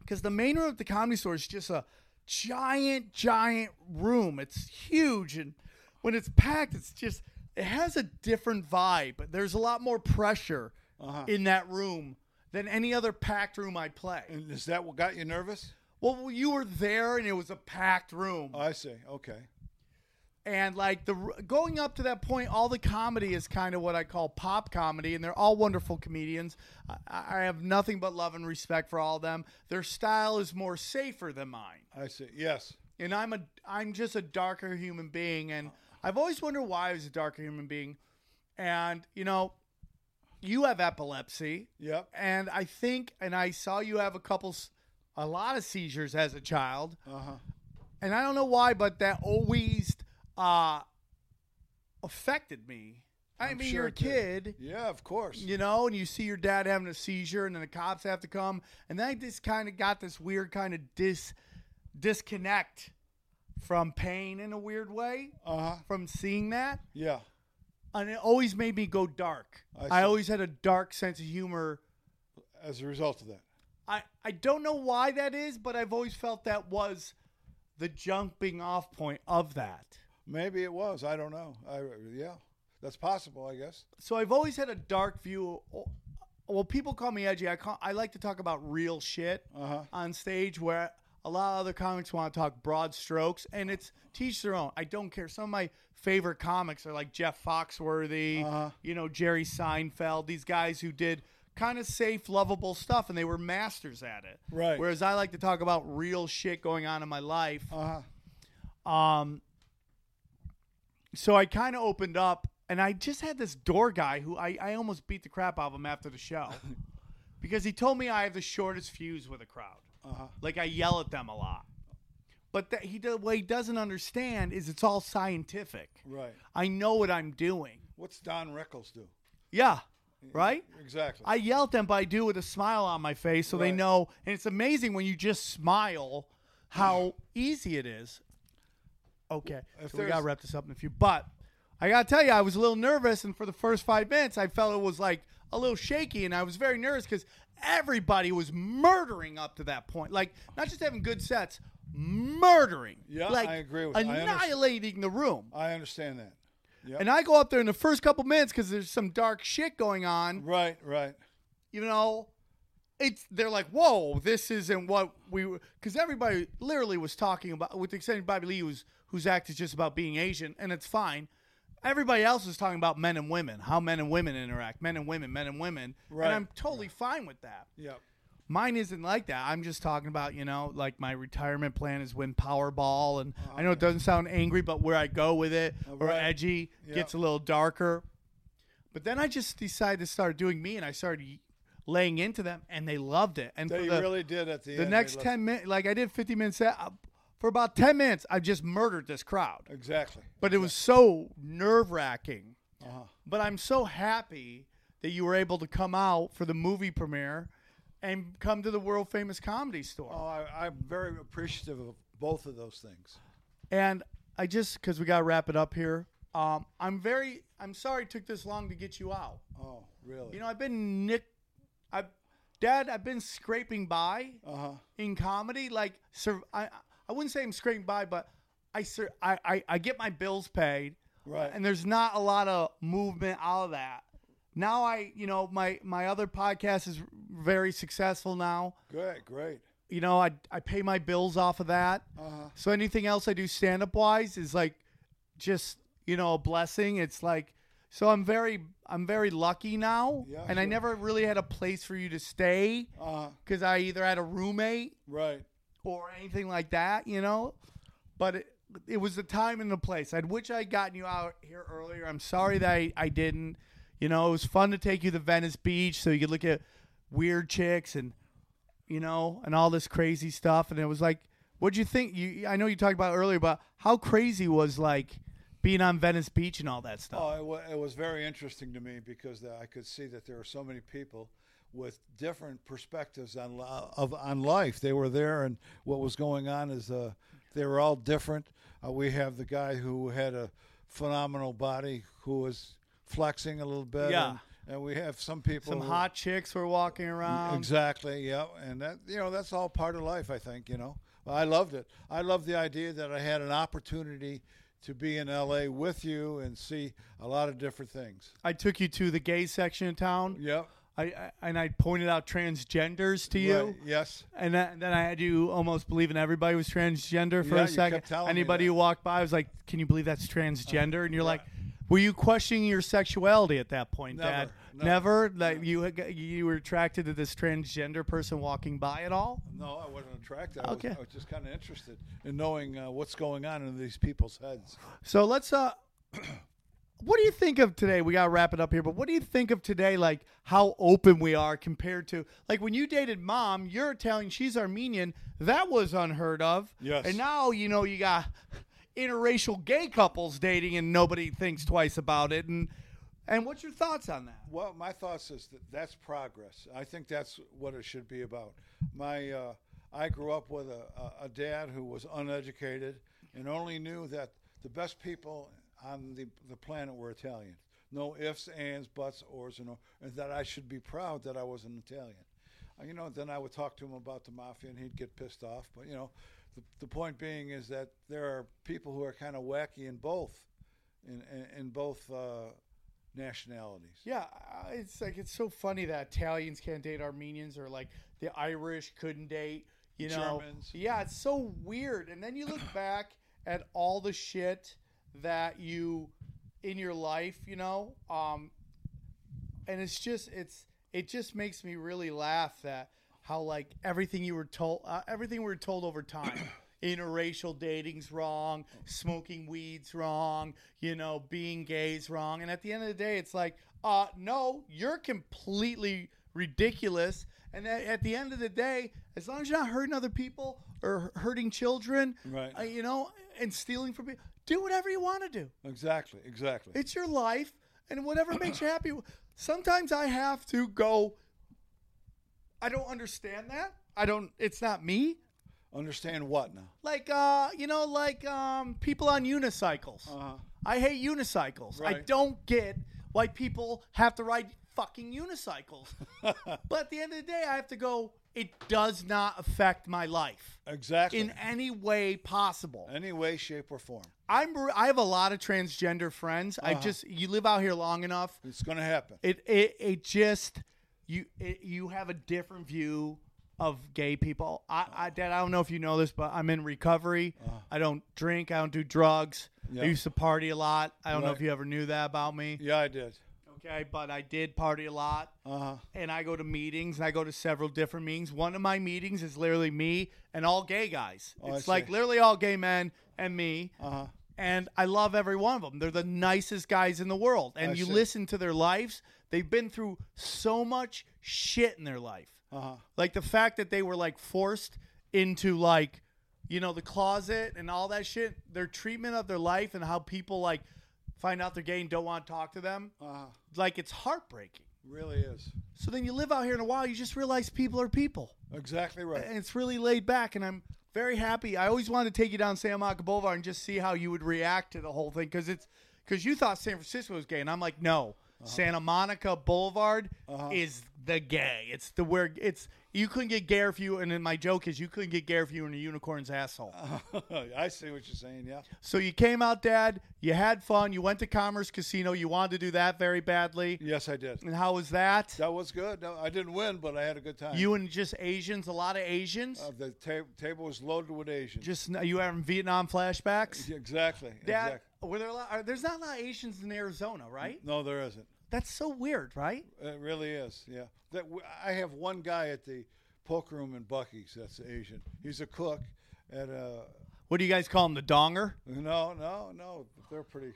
A: because the main room at the comedy store is just a giant, giant room. It's huge, and when it's packed, it's just it has a different vibe. There's a lot more pressure
B: Uh-huh.
A: in that room than any other packed room I play.
B: And is that what got you nervous?
A: Well, you were there, and it was a packed room.
B: Oh, I see. Okay.
A: and like the going up to that point all the comedy is kind of what i call pop comedy and they're all wonderful comedians I, I have nothing but love and respect for all of them their style is more safer than mine
B: I see. Yes.
A: and i'm a i'm just a darker human being and i've always wondered why i was a darker human being and you know you have epilepsy
B: Yep.
A: and i think and i saw you have a couple s- a lot of seizures as a child
B: Uh huh.
A: and I don't know why, but that always uh, affected me. I
B: I'm
A: mean,
B: sure
A: you're a
B: it did.
A: kid,
B: Yeah, of course.
A: you know, and you see your dad having a seizure, and then the cops have to come, and then I just kind of got this weird kind of dis disconnect from pain in a weird way
B: Uh huh.
A: from seeing that,
B: Yeah.
A: and it always made me go dark.
B: I
A: I
B: see.
A: always had a dark sense of humor.
B: As a result of that.
A: I, I don't know why that is, but I've always felt that was the jumping off point of that.
B: Maybe it was. I don't know. I yeah. That's possible, I guess.
A: so I've always had a dark view. Oh, Well, people call me edgy. I call, I like to talk about real shit
B: Uh huh.
A: on stage, where a lot of other comics want to talk broad strokes, and it's teach their own. I don't care. Some of my favorite comics are like Jeff Foxworthy,
B: Uh-huh.
A: you know, Jerry Seinfeld. These guys who did kind of safe, lovable stuff, and they were masters at it.
B: Right.
A: Whereas I like to talk about real shit going on in my life.
B: Uh huh.
A: Um, so I kind of opened up, and I just had this door guy who I, I almost beat the crap out of him after the show because he told me I have the shortest fuse with a crowd.
B: Uh huh.
A: Like I yell at them a lot. But that he do- what he doesn't understand is it's all scientific.
B: Right.
A: I know what I'm doing.
B: What's Don Rickles do?
A: Yeah. Right?
B: Exactly.
A: I yell at them, but I do it with a smile on my face so they
B: Right.
A: know. And it's amazing when you just smile how easy it is. Okay.
B: If
A: so we got to
B: there's-
A: wrap this up in a few. But I gotta tell you, I was a little nervous, and for the first five minutes, I felt it was like a little shaky, and I was very nervous because everybody was murdering up to that point. Like not just having good sets, murdering.
B: Yeah,
A: like
B: I agree with- I understand.
A: annihilating the room.
B: I understand that. Yep.
A: And I go up there in the first couple minutes because there's some dark shit going on.
B: right, right.
A: You know, it's they're like, whoa, this isn't what we were. Because everybody literally was talking about, with the exception of Bobby Lee, who's, whose act is just about being Asian, and it's fine. Everybody else is talking about men and women, how men and women interact, men and women, men and women.
B: Right.
A: And I'm totally fine with that.
B: Yep.
A: Mine isn't like that. I'm just talking about, you know, like my retirement plan is win Powerball. And I know it doesn't sound angry, but where I go with it or
B: Oh, right.
A: edgy
B: Yeah.
A: gets a little darker. But then I just decided to start doing me and I started y- laying into them and they loved it. And
B: They
A: for the,
B: really did at the,
A: the
B: end. they
A: next
B: left-
A: 10 minutes, like I did 50 minutes, set, uh, for about 10 minutes, I just murdered this crowd
B: Exactly.
A: but it was so nerve wracking.
B: Uh-huh.
A: But I'm so happy that you were able to come out for the movie premiere and come to the world famous comedy store.
B: Oh, I, I'm very appreciative of both of those things.
A: And I just because we got to wrap it up here. Um, I'm very I'm sorry it took this long to get you out.
B: Oh, really?
A: You know I've been nick, I, Dad I've been scraping by
B: uh huh.
A: in comedy. Like sur- I I wouldn't say I'm scraping by, but I sur- I, I I get my bills paid.
B: Right.
A: and there's not a lot of movement out of that. Now I, you know, my my other podcast is very successful now.
B: Good. Great.
A: You know, I I pay my bills off of that.
B: Uh huh.
A: So anything else I do stand up wise is like just, you know, a blessing. It's like so I'm very I'm very lucky now.
B: Yeah,
A: and I
B: sure.
A: never really had a place for you to stay
B: Uh huh.
A: cuz I either had a roommate
B: Right.
A: or anything like that, you know. But it, it was the time and the place. I wish I'd gotten you out here earlier. I'm sorry that I, I didn't. You know, it was fun to take you to Venice Beach so you could look at weird chicks and you know and all this crazy stuff. And it was like, what'd you think? You I know you talked about earlier about how crazy was like being on Venice Beach and all that stuff.
B: Oh, it, wa- it was very interesting to me because the, I could see that there were so many people with different perspectives on li- of on life. They were there, and what was going on is uh, they were all different. Uh, we have the guy who had a phenomenal body who was flexing a little bit.
A: Yeah.
B: And, and we have some people
A: Some
B: who-
A: hot chicks were walking around.
B: Exactly. Yeah, and that you know that's all part of life. I think you know. I loved it. I loved the idea that I had an opportunity to be in L.A. with you and see a lot of different things.
A: I took you to the gay section of town.
B: Yep.
A: I, I and I pointed out transgenders to you.
B: Right. Yes.
A: And that, then I had you almost believing everybody was transgender for
B: Yeah,
A: a
B: you
A: second.
B: kept telling me
A: Anybody
B: that.
A: who walked by, I was like, "Can you believe that's transgender?" And you're like, "Were you questioning your sexuality at that point,
B: Never,
A: Dad?
B: never,
A: That you had got- you were attracted to this transgender person walking by at all?
B: No, I wasn't attracted. I,
A: Okay.
B: was, I was just kind of interested in knowing uh, what's going on in these people's heads.
A: So let's uh, what do you think of today? We gotta wrap it up here, but what do you think of today? Like how open we are compared to like when you dated mom, you're Italian, she's Armenian. That was unheard of.
B: Yes.
A: And now you know you got interracial gay couples dating, and nobody thinks twice about it. And and what's your thoughts on that?
B: Well, my thoughts is that that's progress. I think that's what it should be about. My, uh, I grew up with a, a, a dad who was uneducated and only knew that the best people on the, the planet were Italians. No ifs, ands, buts, ors, and, or- and that I should be proud that I was an Italian. Uh, You know, then I would talk to him about the mafia and he'd get pissed off. But, you know, the, the point being is that there are people who are kind of wacky in both, in, in, in both uh, nationalities.
A: Yeah, I- it's like it's so funny that Italians can't date Armenians or like the Irish couldn't date, you know.
B: Germans.
A: Yeah, it's so weird. And then you look back at all the shit that you in your life, you know, um and it's just it's it just makes me really laugh that how like everything you were told uh, everything we were told over time interracial dating's wrong smoking weed's wrong you know being gay's wrong and at the end of the day it's like uh no you're completely ridiculous and at at the end of the day as long as you're not hurting other people or hurting children
B: Right.
A: uh, you know and stealing from people do whatever you want to do
B: Exactly, exactly.
A: it's your life, and whatever makes you happy. Sometimes I have to go. I don't understand that. I don't. It's not me.
B: Understand what now?
A: Like uh, you know, like um, people on unicycles.
B: Uh-huh.
A: I hate unicycles. I
B: Right.
A: don't get why people have to ride fucking unicycles. but at the end of the day, I have to go. It does not affect my life
B: Exactly.
A: in any way possible.
B: any way, shape, or form,
A: I'm re- I have a lot of transgender friends.
B: Uh-huh.
A: I just you live out here long enough.
B: it's going to happen.
A: It it it just you it, you have a different view of gay people. I, I Dad, I don't know if you know this, but I'm in recovery. I don't drink. I don't do drugs.
B: Uh-huh. Yeah.
A: I used to party a lot. I don't know if
B: Right.
A: you ever knew that about me.
B: Yeah, I did.
A: Okay, but I did party a lot.
B: Uh huh.
A: And I go to meetings, and I go to several different meetings. One of my meetings is literally me and all gay guys.
B: Oh, I
A: it's like
B: see.
A: literally all gay men and me
B: Uh huh.
A: and I love every one of them. They're the nicest guys in the world. And
B: I
A: you
B: see.
A: listen to their lives, they've been through so much shit in their life.
B: Uh huh.
A: Like the fact that they were like forced into like, you know, the closet and all that shit, their treatment of their life and how people like find out they're gay and don't want to talk to them,
B: Uh huh.
A: like it's heartbreaking.
B: Really is.
A: So then you live out here in a while, you just realize people are people
B: Exactly right.
A: and it's really laid back and I'm very happy. I always wanted to take you down San Marco Boulevard and just see how you would react to the whole thing cuz it's cuz you thought San Francisco was gay and I'm like no. Santa Monica Boulevard is the gay. It's the where it's you couldn't get gay if you and then my joke is you couldn't get gay if you were in a unicorn's asshole.
B: Uh-huh. I see what you're saying. Yeah.
A: So you came out dad, you had fun, you went to Commerce Casino, you wanted to do that very badly.
B: Yes, I did.
A: And how was that?
B: That was good. No, I didn't win, but I had a good time.
A: You and just Asians, a lot of Asians?
B: Uh, the ta- table was loaded with Asians.
A: Just you having Vietnam flashbacks?
B: exactly.
A: That
B: exactly.
A: were there a lot, are, there's not a lot of Asians in Arizona, right?
B: No, there isn't.
A: That's so weird, right?
B: It really is. Yeah. That w- I have one guy at the poker room in Bucky's. That's Asian. He's a cook at a.
A: What do you guys call him, the donger?
B: No, no, no. They're pretty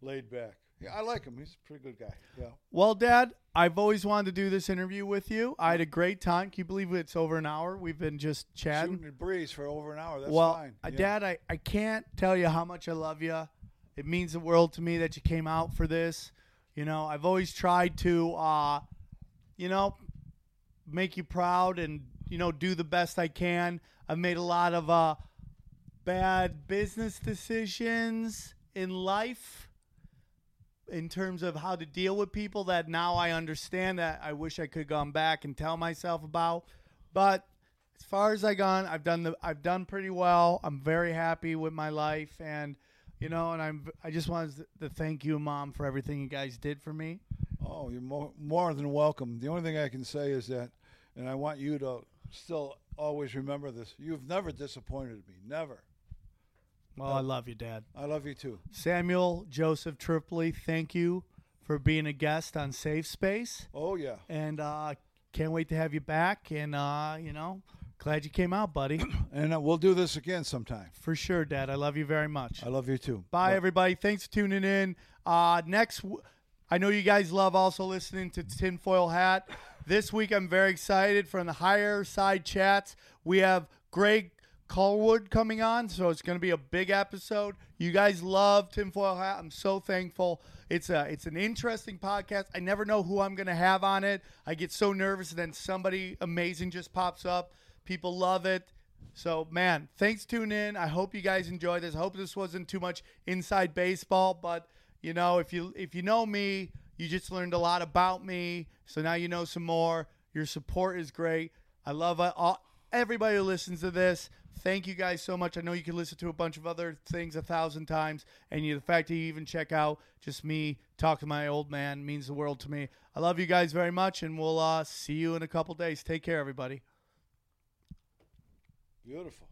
B: laid back. Yeah, I like him. He's a pretty good guy. Yeah.
A: Well, Dad, I've always wanted to do this interview with you. I had a great time. Can you believe it's over an hour? We've been just chatting.
B: Shooting the breeze for over an hour. That's
A: well,
B: fine.
A: uh,
B: Yeah.
A: Dad, I, I can't tell you how much I love you. It means the world to me that you came out for this. You know, I've always tried to, uh, you know, make you proud and, you know, do the best I can. I've made a lot of uh, bad business decisions in life in terms of how to deal with people that now I understand that I wish I could have gone back and tell myself about. But as far as I gone, I've done the I've done pretty well. I'm very happy with my life and you know, and I'm I just wanted to thank you, Mom, for everything you guys did for me.
B: Oh, you're more, more than welcome. The only thing I can say is that, and I want you to still always remember this you've never disappointed me. Never.
A: Well, I love you, Dad.
B: I love you too.
A: Samuel Joseph Tripoli, thank you for being a guest on Safe Space.
B: Oh, yeah.
A: And uh can't wait to have you back and uh, you know, glad you came out, buddy.
B: And uh, we'll do this again sometime.
A: for sure, Dad. I love you very much.
B: I love you too.
A: Bye, everybody. Thanks for tuning in. Uh, next, w- I know you guys love also listening to Tinfoil Hat. This week, I'm very excited from the higher side chats. We have Greg Colwood coming on, so it's going to be a big episode. You guys love Tinfoil Hat. I'm so thankful. It's a it's an interesting podcast. I never know who I'm going to have on it. I get so nervous, and then somebody amazing just pops up. People love it. So, man, thanks tune in. I hope you guys enjoyed this. I hope this wasn't too much inside baseball, but you know, if you if you know me, you just learned a lot about me. So now you know some more. Your support is great. I love uh, all, everybody who listens to this. Thank you guys so much. I know you can listen to a bunch of other things a thousand times, and you, the fact that you even check out just me talk to my old man means the world to me. I love you guys very much, and we'll uh, see you in a couple days. Take care, everybody.
B: Beautiful.